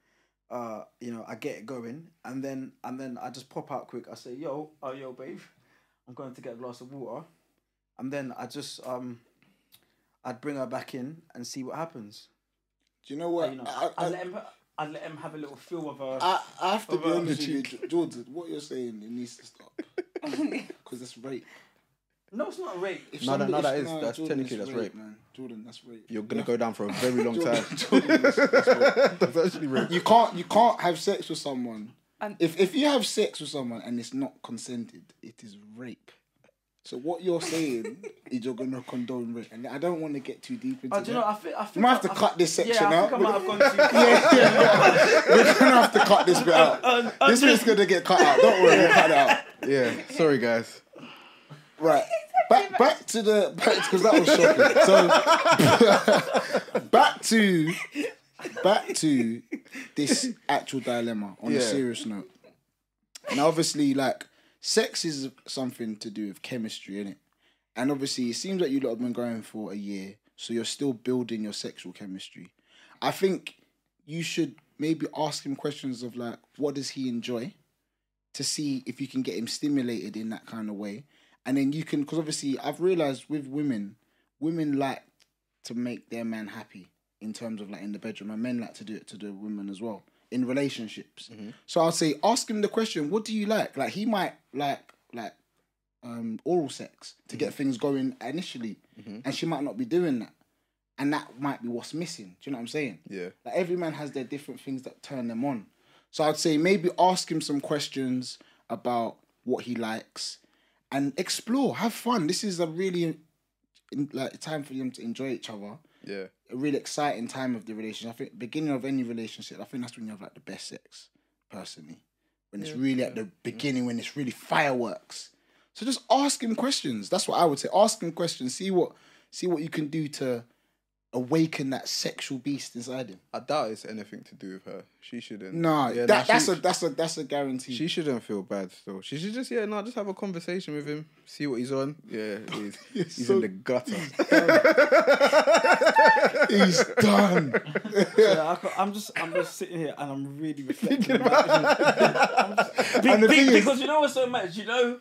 Uh, you know, I get it going, and then and then I just pop out quick. I say, "Yo, oh yo, babe, I'm going to get a glass of water," and then I just um, I'd bring her back in and see what happens.
Do you know what?
You know,
I-
I,
I-
would let him. I'd let him have a little feel of her.
I, I have to be
About
honest
the
with you, Jordan. What you're saying, it needs to stop because that's rape.
no, it's not rape.
If
No, no,
somebody-
no,
if-
that is- that's
Jordan,
technically
it's
that's rape.
man. Jordan, that's rape.
You're going to go down for a very long
Jordan,
time.
Jordan, that's, that's rape.
That's actually real.
You can't, you can't have sex with someone.
Um,
And-
if if you have sex with someone and it's not consented, it is rape. So what you're saying is you're gonna condone rape, and I don't want to get too deep into
Oh, do you know?
that.
I think I think
might have
I-
to
I-
cut this section
yeah, I
out.
think I might have gone too far.
yeah, yeah. We're gonna have to cut this bit out.
uh,
this bit's gonna get cut out. Don't worry, we'll cut it out.
Yeah. Sorry, guys.
Right. Back back to the back because that was shocking. So back to back to this actual dilemma on
Yeah.
a serious note. And obviously, like sex is something to do with chemistry, innit? And obviously, it seems like you lot have been going for a year, so you're still building your sexual chemistry. I think you should maybe ask him questions of like, what does he enjoy, to see if you can get him stimulated in that kind of way, and then you can, because obviously, I've realized with women, women like to make their man happy in terms of like in the bedroom, and men like to do it to the women as well in relationships. So I'll say, ask him the question, what do you like? Like he might like like um, oral sex to get things going initially, and she might not be doing that, and that might be what's missing. Do you know what I'm saying?
Yeah.
Like every man has their different things that turn them on. So I'd say maybe ask him some questions about what he likes, and explore, have fun. This is a really in, like time for them to enjoy each other.
Yeah.
A really exciting time of the relationship. I think beginning of any relationship, I think that's when you have like the best sex, personally. When it's really at the beginning, when it's really fireworks. So just ask him questions. That's what I would say. Ask him questions. See what see what you can do to awaken that sexual beast inside him.
I doubt it's anything to do with her. She shouldn't.
No,
Yeah,
that,
nah,
that's
she-
a that's a that's a guarantee.
She shouldn't feel bad still. She should just yeah, no, just have a conversation with him, see what he's on. Yeah, he's, he's
so-
in the gutter.
He's done.
Yeah, I, ca- I'm just I'm just sitting here and I'm really reflecting about I'm just- be-
And the
be-
thing is-
because you know what's so much. You know,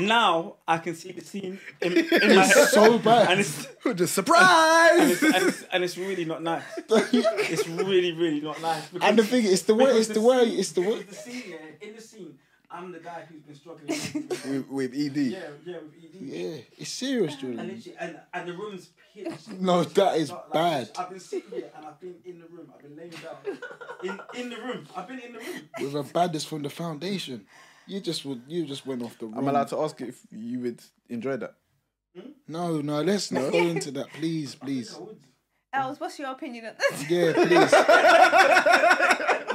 now I can see the scene in, in my head.
It's so bad.
and it's
just
and
surprise.
it's, and it's and it's really not nice. It's really really not nice. Because,
And the thing is, it's the way.
because
It's the way.
scene-
It's the way.
because The scene, yeah, in the scene, I'm the guy who's been struggling. With, E
with, with E ED.
yeah, yeah, with ED.
Yeah, it's serious,
And
Jordan.
literally, and, and the room's pitch.
No, that is
Like,
bad.
I've been sitting here and I've been in the room. I've been laying down in in the room. I've been in the room.
with a baddest from the foundation. You just would. You just went off the.
I'm allowed to ask if you would enjoy that.
No, no. Let's not go into that, please, please.
I would.
Els, what's your opinion on this?
Yeah, please.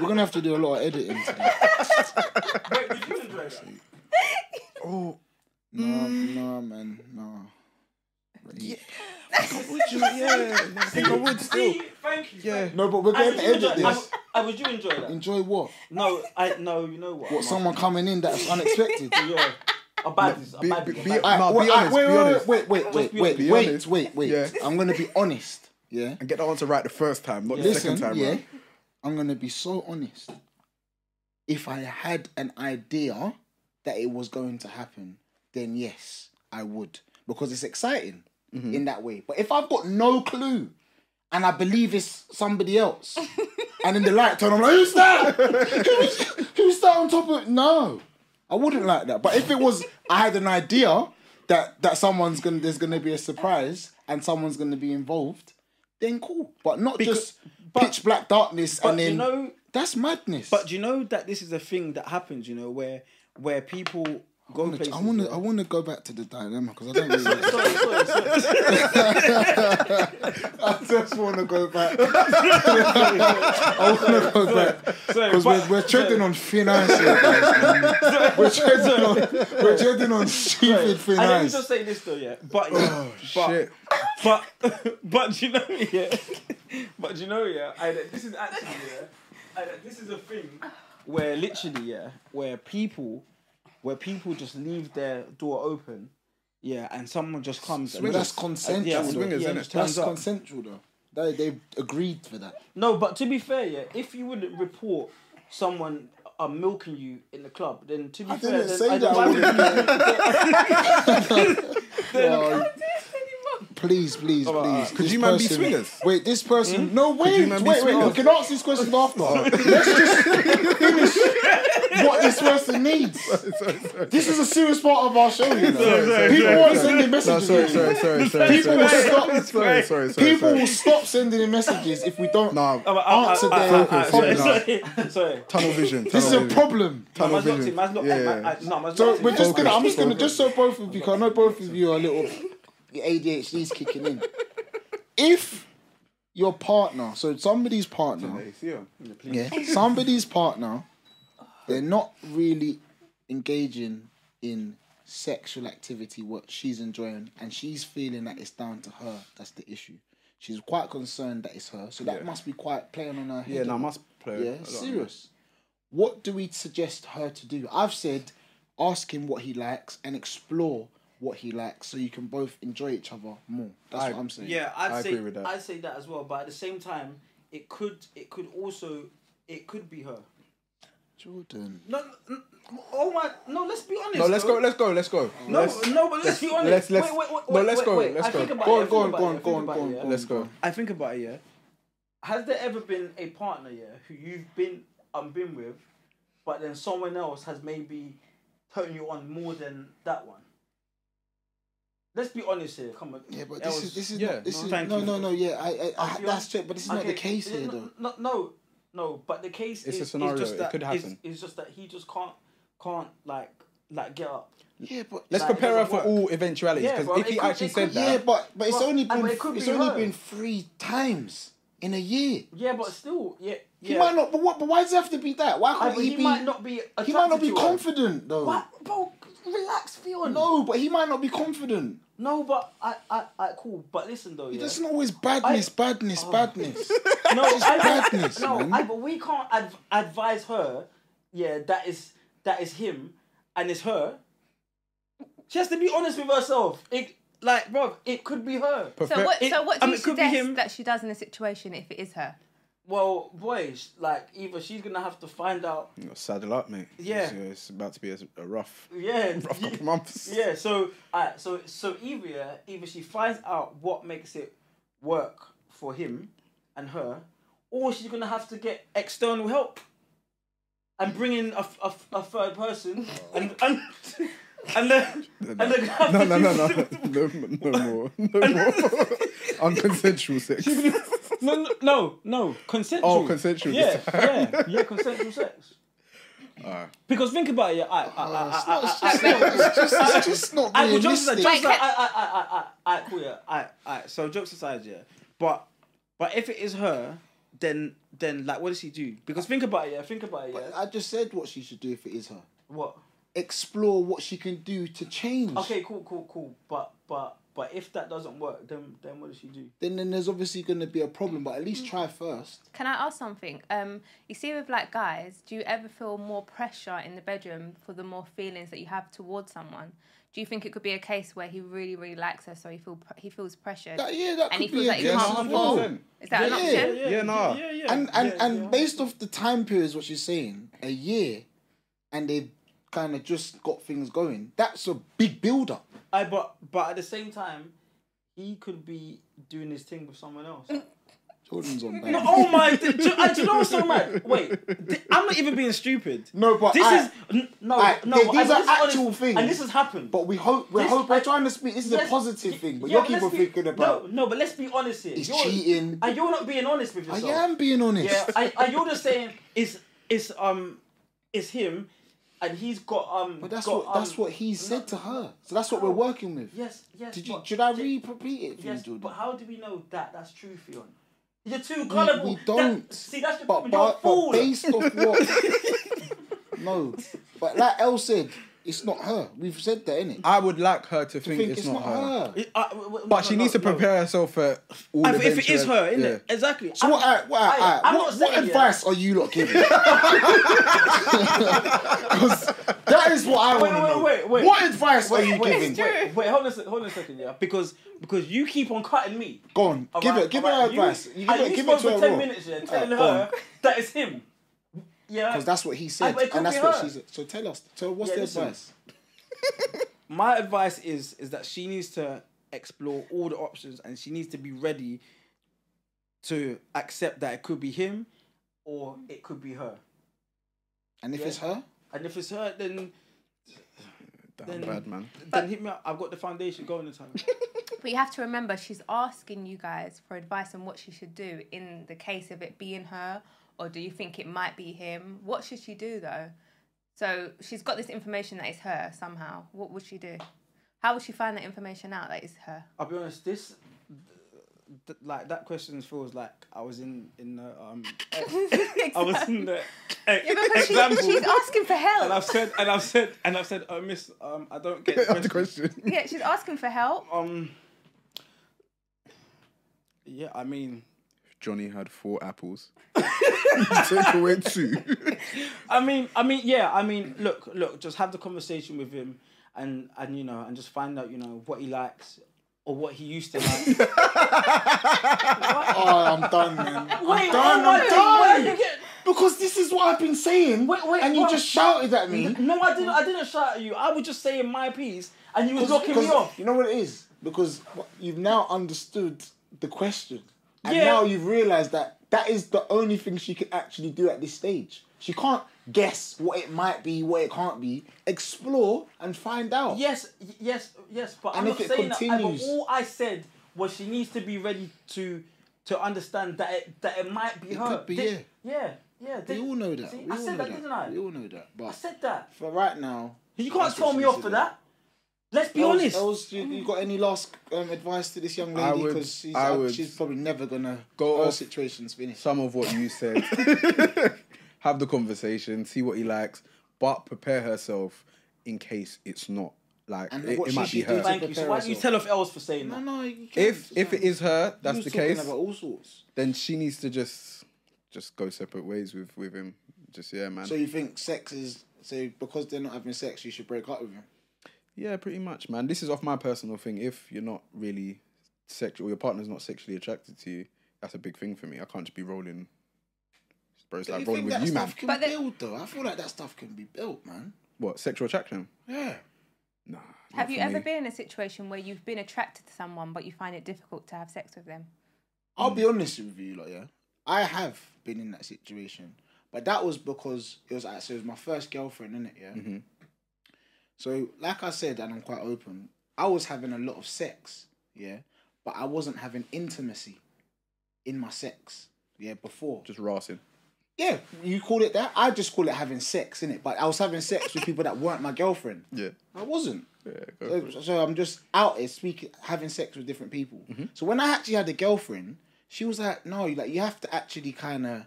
We're gonna have to do a lot of editing today.
Wait, did you enjoy that?
Oh,
No, no, man, no.
Yeah. would you? Yeah. I think I would still.
See, thank you.
Yeah.
No, but we're going
And
to
would, you
edit
enjoy, I,
this.
I, would you enjoy that?
Enjoy what?
No, I no. You know what?
What?
Mark?
Someone coming in that's unexpected.
Yeah. A baddies. A
Be,
baddies.
be,
a
be,
baddies.
nah,
Well,
be
I-
honest.
wait,
be
wait,
honest.
wait, wait, wait,
Be
wait, wait,
honest.
wait, wait,
Yeah.
I'm gonna be honest. Yeah.
And get the answer right the first time, not the second
Listen,
time.
yeah.
round.
I'm gonna be so honest. If I had an idea that it was going to happen, then yes, I would because it's exciting
Mm-hmm.
in that way. But if I've got no clue and I believe it's somebody else, and in the light turn, I'm like, who's that? who's, who's that on top of? No, I wouldn't like that. But if it was, I had an idea that that someone's gonna there's gonna be a surprise and someone's gonna be involved, then cool. But not just
but-
pitch black darkness
but
and
you
then
know-
that's madness.
But do you know that this is a thing that happens? You know where where people go places.
I want to I want to go back to the dilemma because I don't really. like it.
Sorry, sorry, sorry.
I just want to go back. I want to go back
Sorry,
because
but-
we're, we're treading on thin ice here, guys. man. We're treading on we're treading on stupid thin
And let me
ice.
just say this though, yeah.
Oh,
But yeah, but,
Shit.
but but you know, yeah. But you know, yeah. I, this is actually yeah. I, this is a thing where literally, yeah, where people, where people just leave their door open, yeah, and someone just comes. and
But that's
just- yeah,
consensual.
and-
though.
swingers,
yeah,
innit?
just turns
That's
up.
consensual though. They they agreed for that.
No, but to be fair, yeah, if you wouldn't report someone uh, milking you in the club, then to be
I
fair,
didn't
then
say
I
that,
why would
Oh, please, please, please.
Could
This
you man be
person-
swingers?
Wait, this person. No,
you
wait,
man be
wait, wait. We
swingers?
can ask these questions after. Let's just finish what this person needs.
Sorry, sorry.
This is a serious part of our show. You know?
sorry,
People
sorry,
won't
sorry.
send me
No,
messages.
sorry,
you
sorry,
know?
sorry, sorry,
People will
sorry.
stop.
Sorry, sorry, sorry.
People
sorry.
will stop sending me messages if we don't
Nah,
Oh, I- I-
answer
I-
their
I- I- sorry,
problems.
sorry, sorry.
tunnel vision.
This is
tunnel
a
vision.
No,
problem.
man's
Tunnel
locked in, man's locked in, man- I-
Yeah.
eh, uh, no, man's
So
locked in.
we're just
Focus,
gonna. I'm just gonna
focus.
just so both of you. 'cause I know both of you are a little. Your ADHD's kicking in. If your partner, so somebody's partner, yeah, somebody's partner, they're not really engaging in sexual activity what she's enjoying, and she's feeling that it's down to her. That's the issue. She's quite concerned that it's her, so that must be quite playing on her head.
Yeah, no, I
innit?
must play. a
Yeah,
lot.
serious. What do we suggest her to do? I've said ask him what he likes and explore what he likes so you can both enjoy each other more. That's
I-
what I'm saying.
Yeah, I'd
I
say
agree with that.
I'd say that as well. But at the same time, it could it could also it could be her.
Jordan.
No, n- n- oh my, no. Let's be honest.
No, let's
though.
go. Let's go. Let's go.
No,
let's,
no, but let's be honest.
let's- let's-
wait, wait, wait,
no,
wait,
let's
wait,
go,
wait.
let's
I
go.
Think about
Go
it,
on,
I
go on,
think about
go on,
it, I
go
think
on,
about
go
it,
on,
yeah.
go on.
let's go.
I think about it, yeah. Has there ever been a partner, yeah, who you've been um been with, but then someone else has maybe turned you on more than that one? Let's be honest here. Come on.
Yeah, but
That
this
was-
is this is
yeah,
not, this
no,
is
thank
no
you.
no no yeah I, I, I
I'll be
that's
honest-
true but this is not the
Okay,
case
it-
here
no,
though.
No, no, no, but the case
It's a
is
scenario,
Is just
it
that,
could
it's-
happen.
It's, just that he just can't can't like like get up.
Yeah, but
Let's
Nah, it
compare her
doesn't
for
work.
all eventualities.
Yeah,
Because
bro,
if
it
he
could-
actually
it
said
could-
yeah,
that,
but but it's
Well,
only
and- but
been
it could
it's
be
only
her.
been three times in a year.
Yeah, but still, yeah, yeah.
He might not. But what? But why does it have to be that? Why
I,
can't
but
he,
he
be?
might not be.
he might
attracted
not be
to her.
confident though.
What, bro? Relax, Theon.
No, but he might not be confident.
no, but I, I, I, cool. But listen though, yeah.
That's not always badness,
I-
badness, badness.
no, I,
badness,
no,
man.
I, but we can't adv- advise her. Yeah, that is that is him, and it's her. She has to be honest with herself. It like, bro, it could be her.
So what?
It-
so what
I mean,
do you
it could be him.
suggest that she does in a situation if it is her?
Well, boys, like either she's gonna have to find out.
saddle up, mate.
Yeah.
it's, it's about to be a, a rough,
Yeah,
rough
y-
couple months.
Yeah, so uh, so so either yeah, either she finds out what makes it work for him and her, or she's gonna have to get external help and bring in a, f- a f- a third person and and and then and then have to
Oh. No, no,
do-
no, no, no, no more, no more. Unconsensual sex.
no no no no consensual.
Oh, consensual
Yeah,
this time.
yeah, yeah, consensual sex.
Alright.
Because think about it, yeah, I, I, I, I, I,
It's just not- it's just- it's just not
I, well, jokes
realistic.
aside, jokes aside, I, I, I, I, I, I, cool, yeah, I, I, so jokes aside, yeah, but, but if it is her, then, then like, what does she do? Because think about it, yeah, think about it, yeah.
I just said what she should do if it is her.
what?
Explore what she can do to change.
Okay, cool, cool, cool, but, but, But if that doesn't work, then then what does she do?
Then, then there's obviously going to be a problem, but at least try first.
Can I ask something? Um, you see, with like guys, do you ever feel more pressure in the bedroom for the more feelings that you have towards someone? Do you think it could be a case where he really, really likes her, so he feel he feels pressured?
That- yeah, that
And he
could be a
feels like he
case
can't
as
perform?
well.
Is that an
Yeah,
option?
yeah, nah.
yeah, yeah,
and and
yeah,
and
yeah.
based off the time periods, what she's saying, a year, and they've kind of just got things going. That's a big build up.
I but but at the same time, he could be doing his thing with someone else.
Jordan's on
No,
that.
oh my! Do, do, uh, do you know what's so mad? Wait, th- I'm not even being stupid.
No, but
this
I-
is n- no,
I-
no.
th-
and
these are
this is honest-
actual things.
and this has happened.
But we hope we
This-
hope we're
I-
trying to speak. This is a
Let's-
positive thing, but
yeah,
you people
let's be-
thinking about.
no, no. But let's be honest here.
It's
You're-
cheating.
and you're not being honest with
I
yourself.
am being honest.
Yeah, and, and you're just saying it's it's um it's him, and he's got um.
but that's
got,
what that's
um,
what he said to her. So that's what we're working with.
Yes, yes.
Did you
but-
should I repeat it for
Yes,
you, Jordan?
but how do we know that that's true, Fionn? You're too colourful.
We don't.
That, see, that's the
but,
problem. You're a
but, but
fool.
based off what? no, but like El said, it's not her. We've said that, innit?
I would like her to think,
think
it's, not, her.
It- uh, w- w-
But
no,
she
no,
needs to
no.
prepare herself for all
If, if it is her,
eventual-
isn't it? Exactly.
So what? alright, what, alright,
I-
alright,
I'm
what,
not
what
saying it.
advice are you lot giving? 'Cause that is what
Wait,
I want to
wait,
know.
wait, wait.
What advice are you
wait,
giving?
Wait, wait, hold on, a sec- hold on a second, yeah, because because you keep on cutting me.
Go on,
All
give
right,
it, give
all
her
right,
advice.
You,
You give
and
it,
you
give it
spoke
to her
for ten
raw.
minutes, yeah,
Alright,
telling
go on.
her that it's him. Yeah,
Because that's what he said,
but it could
and that's
be
what
her.
she said. So tell us, tell what's
Yeah,
the
listen.
advice?
my advice is is that she needs to explore all the options and she needs to be ready to accept that it could be him or it could be her.
And if
Yeah.
it's her,
And if it's her, then
Damn bad man.
then hit me up. I've got the foundation going in time.
But you have to remember, she's asking you guys for advice on what she should do in the case of it being her, or do you think it might be him? What should she do though? So she's got this information that is her somehow. What would she do? How would she find that information out that is her?
I'll be honest. This, th- like that question feels like I was in in the um. I was in the ex-
Because she,
example.
she's asking for
and
help.
I've said, and I've said, and I've said, oh, miss, um, I don't get the
Other
question.
question.
Yeah, she's asking for help.
Um, yeah, I mean,
Johnny had four apples. you take away two.
I mean, I mean, yeah, I mean, look, look, just have the conversation with him, and and you know, and just find out, you know, what he likes or what he used to like.
oh, I'm done, man.
Wait,
done,
oh my
I'm
God, where did
done.
you get-
Because this is what I've been saying,
Wait, wait,
and you
what?
just shouted at me.
No, I didn't. I didn't shout at you. I was just saying my piece, and you was knocking me
'Cause
off.
You know what it is? Because what- you've now understood the question. And
Yeah.
now you've realised that that is the only thing she can actually do at this stage. She can't guess what it might be, what it can't be. Explore and find out.
Yes, y- yes, yes. But I'm
And
not
if it
saying that. I- But
continues-
all I said was she needs to be ready to to understand that it, that it might be
It
her.
could be,
Thi- yeah, yeah.
We
thi-
all know that.
see,
we
I
all
said
know
that, didn't I?
We all know that. But
I said that.
for right now.
You
that's
can't
what
tell
she
me
needs
off
to
for
do.
that. Let's be
Els-
honest.
Els, you, you got any last um, advice to this young
I
lady?
would-
Because she's,
I
uh,
would
she's probably never gonna
go
Her
off-
situation's finished.
Some of what you said. Have the conversation, see what he likes, but prepare herself in case it's not. Like
And
it,
what
it
she
might be
should do
her.
to
Thank you. So why do you
Prepare
tell off else for saying
No,
that?
no. You can't,
If if
man.
it is her,
You
that's
was
the
talking
case.
about all sorts.
Then she needs to just just go separate ways with with him. Just yeah, man.
So you think sex is so because they're not having sex, you should break up with them?
Yeah, pretty much, man. This is off my personal thing. If you're not really sexual, your partner's not sexually attracted to you, that's a big thing for me. I can't just be rolling. Bro, it's like rolling with you, man.
stuff can
But
be
the-
built though? I feel like that stuff can be built, man.
What sexual attraction?
Yeah.
Nah.
Have you ever
been?
been in a situation where you've been attracted to someone but you find it difficult to have sex with them?
I'll be honest with you, like yeah, I have been in that situation, but that was because it was actually it was my first girlfriend, innit? Yeah. So like I said, and I'm quite open. I was having a lot of sex, yeah, but I wasn't having intimacy in my sex, yeah, before.
Just rassing.
Yeah, you call it that. I just call it having sex, innit? But I was having sex with people that weren't my girlfriend.
Yeah.
I wasn't.
Yeah, go for
So, so I'm just out here speaking, having sex with different people.
Mm-hmm.
So when I actually had a girlfriend, she was like, "No, you like you have to actually kind of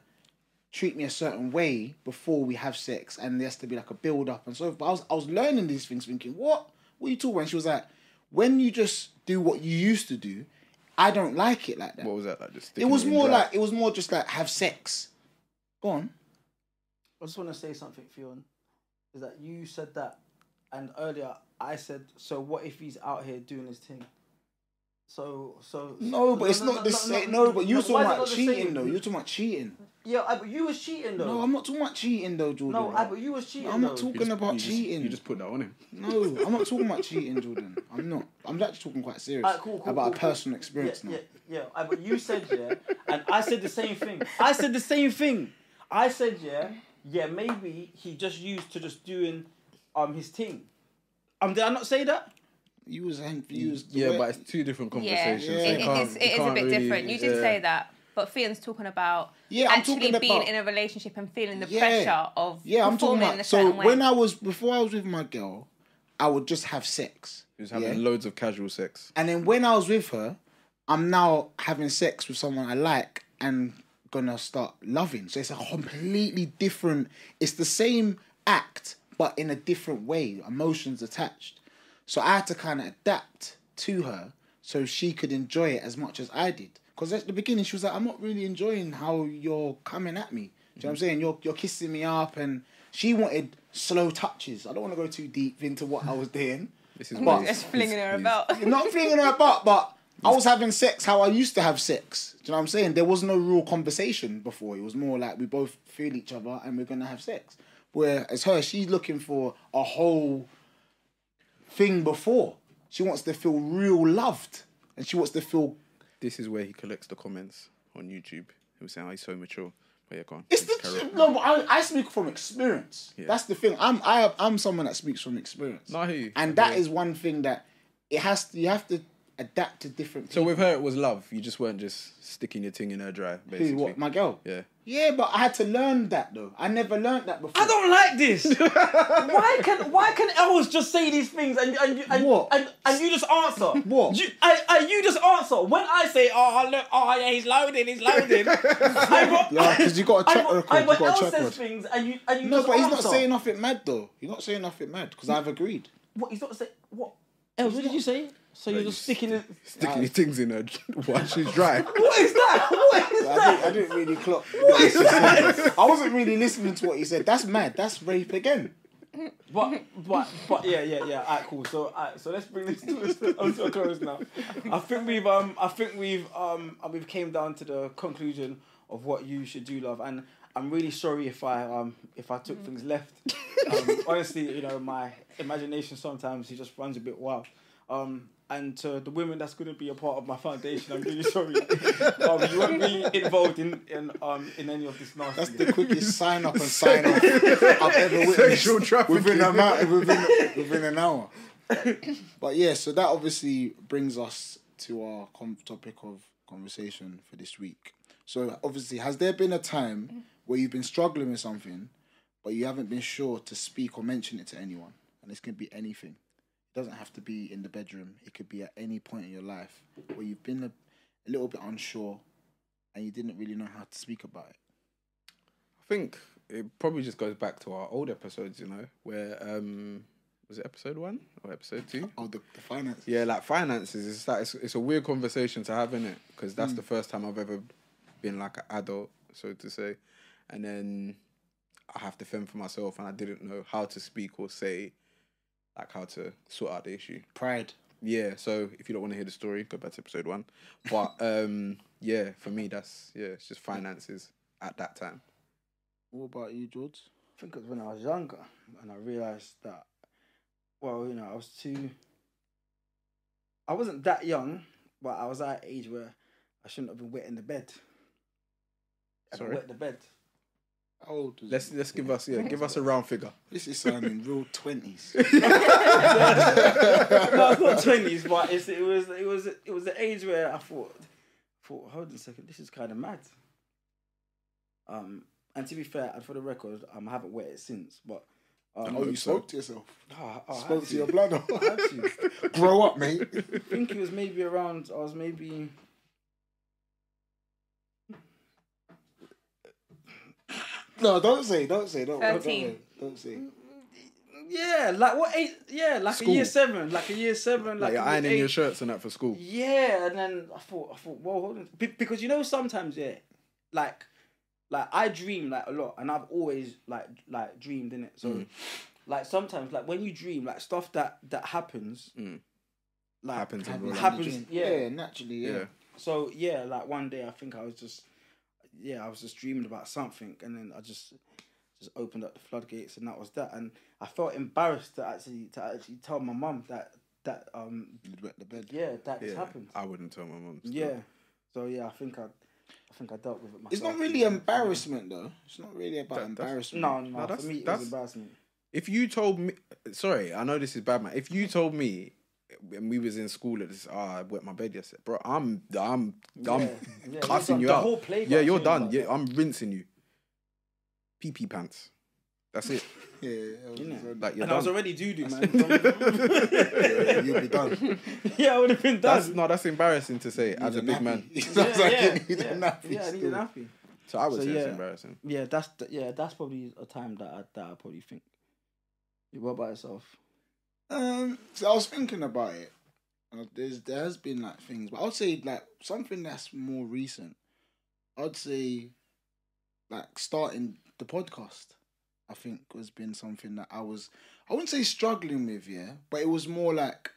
treat me a certain way before we have sex, and there has to be like a build up and so." forth." But I was I was learning these things, thinking, "What? What are you talking?" about?" And she was like, when you just do what you used to do, I don't like it like that.
What was that like? Just
it
sticking
was
in
more
black?
like it was more just like have sex. Go on.
I just want to say something, Fionn. Is that you said that, and earlier I said, so what if he's out here doing his thing? So, so.
No, but it's not the same. No, but you're talking
why is it
about
not the
cheating
same?
though. You're talking about cheating.
Yeah, I, but you was cheating though.
No, I'm not talking about cheating though, Jordan.
No, I, but you was cheating.
I'm not
though.
talking about
you just-
cheating.
you just put that on him.
No, I'm not talking about cheating, Jordan. I'm not. I'm actually talking quite serious
Alright, cool, cool,
about
cool,
a
cool.
personal experience
yeah,
now.
Yeah, yeah. Aye, but you said yeah, and I said the same thing. I said the same thing. I said yeah, yeah. Maybe he just used to just doing um his thing. Um, did I not say that?
You was you was
Yeah,
the way-
but it's two different
Yeah,
conversations.
so you
it, it is.
you
It is a
can't
bit
really-
different. You did
yeah.
say that, but Fion's talking about
Yeah, I'm
actually
talking
being
about-
in a relationship and feeling the
Yeah.
pressure of
yeah, I'm talking
performing
about.
in a
So
certain way.
when I was before I was with my girl, I would just have sex.
He was having
yeah?
loads of casual sex.
And then when I was with her, I'm now having sex with someone I like and gonna start loving. So it's a completely different. It's the same act, but in a different way. Emotions attached. So I had to kind of adapt to her so she could enjoy it as much as I did. Because at the beginning she was like, "I'm not really enjoying how you're coming at me." Do you know what I'm saying? You're you're kissing me up, and she wanted slow touches. I don't want to go too deep into what I was doing.
This is
But-
what
just
he's-
flinging
he's-
her
he's-
about.
not flinging her butt, but I was having sex how I used to have sex. Do you know what I'm saying? There was no real conversation before. It was more like we both feel each other and we're gonna have sex. Whereas her, she's looking for a whole thing before. She wants to feel real loved, and she wants to feel.
This is where he collects the comments on YouTube. He was saying, "Oh, he's so mature." But yeah, go on.
It's
Please carry
the
on.
no, but I, I speak from experience. That's the thing. I'm I have, I'm someone that speaks from experience.
No, I hear you. I
And that
hear you.
is one thing that it has to. You have to adapt to different.
So
people.
with her, it was love. You just weren't just sticking your ting in her dry, basically.
Who, what my girl?
Yeah.
Yeah, but I had to learn that though. I never learned that before.
I don't like this. why can why can elves just say these things and and you and,
What?
and, and you just answer?
What?
You I, I you just answer. When I say, oh look, oh yeah, he's loading, he's loading. I want,
Yeah, 'cause you got a track
I, want-
record,
I
you
want
got a
elf
track
says
record.
things and you and you
No,
just
but he's
answer.
not saying nothing mad though. He's not saying nothing mad because I've agreed.
What he's not saying. What? Elves, what did you say? So you're
you
just sticking it.
Sticking your things in her while she's dry.
What is that? What is
I didn't,
that?
I didn't really clock. What is that? I wasn't really listening to what he said. That's mad. That's rape again.
But but but yeah yeah yeah. Alright, cool. So alright, so let's bring this to, to a close now. I think we've um I think we've um uh, we've came down to the conclusion of what you should do, love. And I'm really sorry if I um if I took things left. Um, honestly, you know my imagination sometimes it just runs a bit wild. Um. And to the women that's going to be a part of my foundation, I'm really sorry. um, you won't be involved in, in um in any of this nasty.
That's the quickest sign up and sign off I've ever witnessed
Sexual trafficking.
within a ma- within within an hour. But yeah, so that obviously brings us to our com- topic of conversation for this week. So obviously, has there been a time where you've been struggling with something, but you haven't been sure to speak or mention it to anyone? And this can be anything. It doesn't have to be in the bedroom. It could be at any point in your life where you've been a, a little bit unsure, and you didn't really know how to speak about it.
I think it probably just goes back to our old episodes, you know, where um was it episode one or episode two?
Oh, the, the finance.
Yeah, like finances. It's like it's, it's a weird conversation to have in it because
Mm.
that's the first time I've ever been like an adult, so to say, and then I have to fend for myself, and I didn't know how to speak or say, like how to sort out the issue.
Pride.
Yeah, so if you don't want to hear the story, go back to episode one. But um, yeah, for me, that's yeah, it's just finances at that time.
What about you, George?
I think it was when I was younger and I realised that, well, you know, I was too. I wasn't that young, but I was at an age where I shouldn't have been wet in the bed. I've been
Sorry?
wet in the bed.
How old was
Let's let's give us yeah, give us a round figure.
This is sounding real twenties.
no, it's not twenties, but it's, it was it was it was the age where I thought, thought, hold on a second, this is kind of mad. Um, and to be fair, and for the record, um, I haven't wet it since, but um,
Oh, you
so.
spoke to yourself.
oh, I- oh, I had
Spoke to
to.
your bladder.
I had to.
Grow up, mate.
I think it was maybe around. I was maybe.
No, don't say, don't say, don't, don't, don't,
Thirteen.
Mm. don't say.
Yeah, like what eight? Yeah, like a year seven, like a year seven, like,
Like you're
a year
ironing
eight.
your shirts and that for school.
Yeah, and then I thought, I thought, well, hold on, Be- because you know sometimes yeah, like, like I dream like a lot, and I've always like like dreamed in it. So,
Mm.
like sometimes like when you dream, like stuff that that happens, like
Mm. Happens in real life.
happens.
Yeah,
Yeah.
naturally, yeah.
Yeah.
So yeah, like one day I think I was just, yeah, I was just dreaming about something, and then I just just opened up the floodgates, and that was that. And I felt embarrassed to actually to actually tell my mum that that um
You'd wet the bed.
yeah that this
Yeah,
happened.
I wouldn't tell my mum. still.
Yeah. So yeah, I think I, I think I dealt with it myself.
It's not really embarrassment though. It's not really about
That- that's-
embarrassment.
No, no.
that's-
for me, it
that's-
was embarrassment.
If you told me, sorry, I know this is bad, man. If you told me when we was in school at this, ah, I wet my bed yesterday, bro. I'm, I'm, I'm
Yeah, yeah,
cussing
you're
you
done. The
out.
whole playground
yeah, you're
thing
done.
about
Yeah,
that.
I'm rinsing you. Pee pee pants. That's it.
Yeah, yeah, yeah.
Like you're
and I was
done.
already doo doo, man.
yeah, you'll be done.
yeah, I would have been
that's
done.
no, that's embarrassing to say as a big man.
Sounds like you need a
yeah,
nappy
yeah, I need
still.
an nappy.
So I would
So,
say it's
yeah.
embarrassing.
Yeah, that's th- yeah, that's probably a time that I, that I probably think. You what about yourself?
Um, so I was thinking about it. Uh, there's there has been like things, but I'd say like something that's more recent. I'd say, like starting the podcast, I think has been something that I was I wouldn't say struggling with, yeah, but it was more like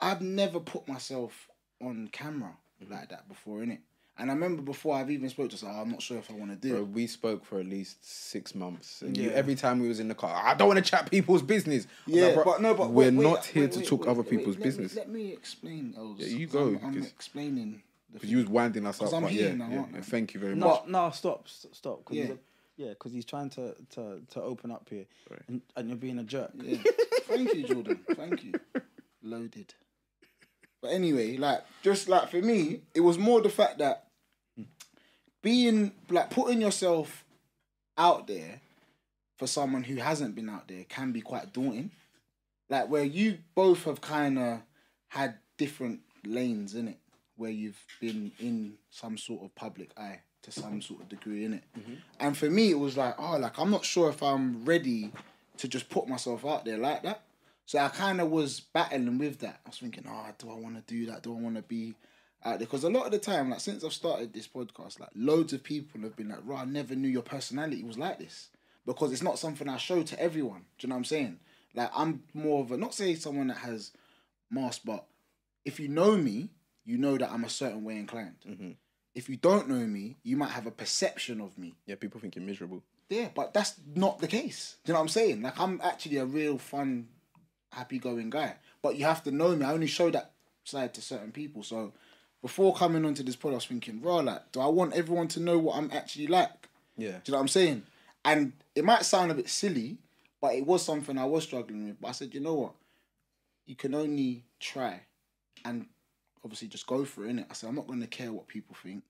I've never put myself on camera like that before, innit? And I remember before I've even spoke to, so I'm not sure if I want to do
Bro,
it.
we spoke for at least six months, and you,
Yeah.
every time we was in the car, I don't want to chat people's business. I'm
Yeah,
like, bro,
but no, but
we're
wait, wait,
not here
wait,
to
wait,
talk
wait,
other
wait,
people's
let me-
business.
let me explain, Els.
Yeah, you
'cause
go,
I'm, I'm
'cause-
explaining. the
Because you was winding us up.
'Cause I'm
but
here
yeah,
now,
yeah,
aren't
yeah.
I?
Thank you very
No,
much.
no, stop, s- stop. Cause
Yeah.
yeah. yeah, because he's trying to, to, to open up here, and, and you're being a jerk.
Yeah. Thank you, Jordan. Thank you. Loaded. But anyway, like just like for me, it was more the fact that being like putting yourself out there for someone who hasn't been out there can be quite daunting. Like where you both have kind of had different lanes in it, where you've been in some sort of public eye to some sort of degree in it. And for me, it was like, oh, like I'm not sure if I'm ready to just put myself out there like that. So I kind of was battling with that. I was thinking, oh, do I want to do that? Do I want to be out there? Because a lot of the time, like since I've started this podcast, like loads of people have been like, "Right, I never knew your personality was like this," because it's not something I show to everyone. Do you know what I'm saying? Like I'm more of a not say someone that has mask, but if you know me, you know that I'm a certain way inclined. If you don't know me, you might have a perception of me.
Yeah, people think you're miserable.
Yeah, but that's not the case. Do you know what I'm saying? Like I'm actually a real fun, happy going guy. But you have to know me. I only show that side to certain people. So before coming onto this pod, I was thinking, raw, like, do I want everyone to know what I'm actually like?
Yeah.
Do you know what I'm saying? And it might sound a bit silly, but it was something I was struggling with. But I said, you know what? You can only try and obviously just go for it, innit? I said, I'm not going to care what people think.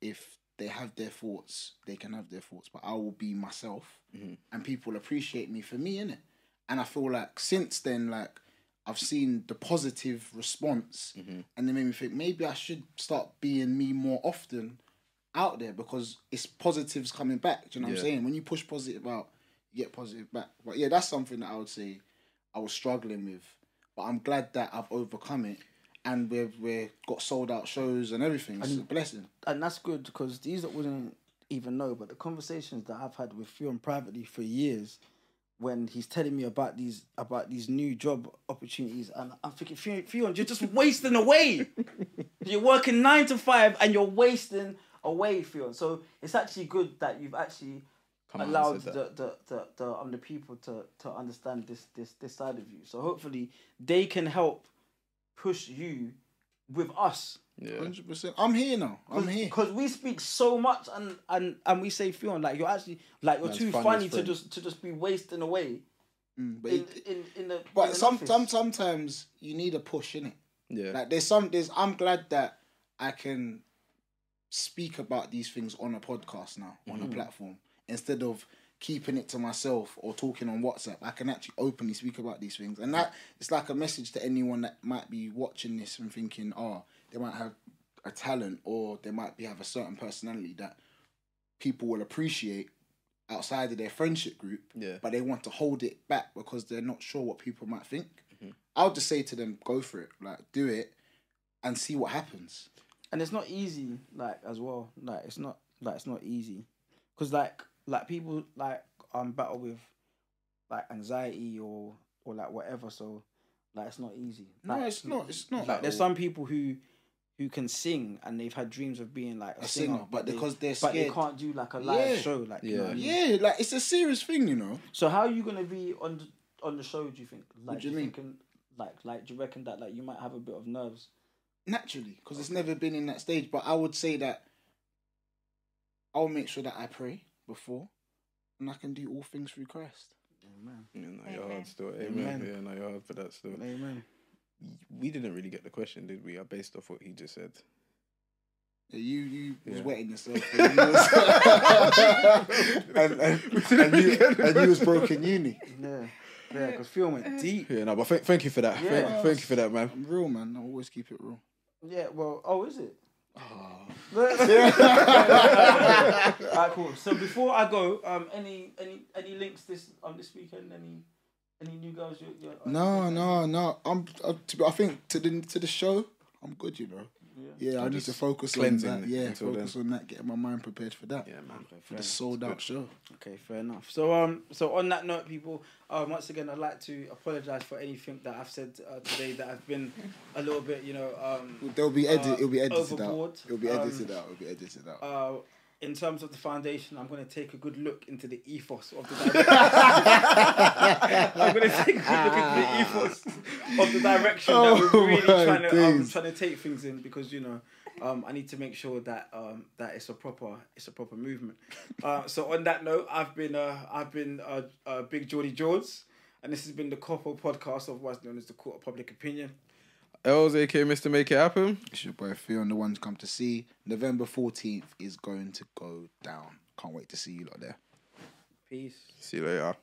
If they have their thoughts, they can have their thoughts, but I will be myself and people appreciate me for me, innit? And I feel like since then, like, I've seen the positive response and it made me think maybe I should start being me more often out there because it's positives coming back. Do you know what
Yeah.
I'm saying? When you push positive out, you get positive back. But yeah, that's something that I would say I was struggling with. But I'm glad that I've overcome it and we've we've got sold out shows and everything. It's a blessing.
and that's good because these that wouldn't even know, but the conversations that I've had with Fionn privately for years, when he's telling me about these about these new job opportunities, and I'm thinking, Fionn, Fionn you're just wasting away. you're working nine to five and you're wasting away, Fionn. So it's actually good that you've actually
Come out and
allowed
said
the, the, the, the um the people to to understand this this this side of you. So hopefully they can help push you with us
Yeah.
Hundred percent. I'm here now. I'm here.
because we speak so much and and and we say Fionn like you're actually like you're
Man's
too
funny
funny
as
to
friend.
just to just be wasting away
But
in
it-
in in the in
But
an
some,
office.
some, sometimes you need a push, innit?
Yeah.
Like there's some there's I'm glad that I can speak about these things on a podcast now, on a
Mm-hmm.
platform, instead of keeping it to myself or talking on WhatsApp. I can actually openly speak about these things. And that it's like a message to anyone that might be watching this and thinking, oh, they might have a talent or they might be have a certain personality that people will appreciate outside of their friendship group,
Yeah.
but they want to hold it back because they're not sure what people might think.
Mm-hmm.
I'll just say to them, go for it, like do it, and see what happens.
and it's not easy like as well like it's not like it's not easy because like like people like um battle with like anxiety or or like whatever so like it's not easy
No,
Like,
it's not. It's not.
like there's
all.
some people who who can sing and they've had dreams of being like a,
A
singer,
singer, but
they-
because they're
but they
scared.
can't do like a live
Yeah.
show like you know
Yeah.
what I mean?
Yeah, like it's a serious thing, you know.
so how are you gonna be on the, on the show do you think like
do you mean?
thinking like like do you reckon that like you might have a bit of nerves
naturally because it's never been in that stage. But I would say that I'll make sure that I pray before, and I can do all things through Christ.
Yeah, no, you're
Amen.
hard still. Amen.
Amen.
Yeah, no, you're hard for that still.
amen
We didn't really get the question, did we? Uh, Based off what he just said.
You you was
Yeah.
wetting yourself, and, you was- and, and, and you, and you was broken uni.
yeah yeah because film went deep
Yeah, no, but th- thank you for that. Thank-
Yeah.
Thank, you for that, man.
I'm real, man. I always keep it real.
Yeah, well, oh, is it? Oh. Alright, cool. So before I go, um, any any any links this um this weekend? Any any new girls? You, you,
No, no, no. I'm. I, to be, I think to the to the show, I'm good. You know. Yeah, I need to focus on
cleansing
that. Yeah,
until
focus on that. Getting my mind prepared for that.
Yeah, man.
for the sold out show.
Okay, fair enough. So um, so on that note, people, um, once again, I'd like to apologize for anything that I've said uh, today that I've been a little bit, you know, um,
There'll be edit.
Uh,
it'll be edited
overboard.
out. It'll be edited
Um,
out. It'll be edited out.
uh, in terms of the foundation, I'm gonna take a good look into the ethos of the. direction. I'm gonna take a good look into the ethos of the direction that
Oh
we're really
my
trying to um,
days.
trying to take things in because you know, um, I need to make sure that um that it's a proper it's a proper movement. Uh, so on that note, I've been uh I've been uh, uh big Geordie George, and this has been the Corpo podcast of what's known as the Court of Public Opinion.
L's, aka Mr. Make It Happen.
It's your boy Theo and the ones come to see. November 14th is going to go down. Can't wait to see you lot there.
Peace.
See you later.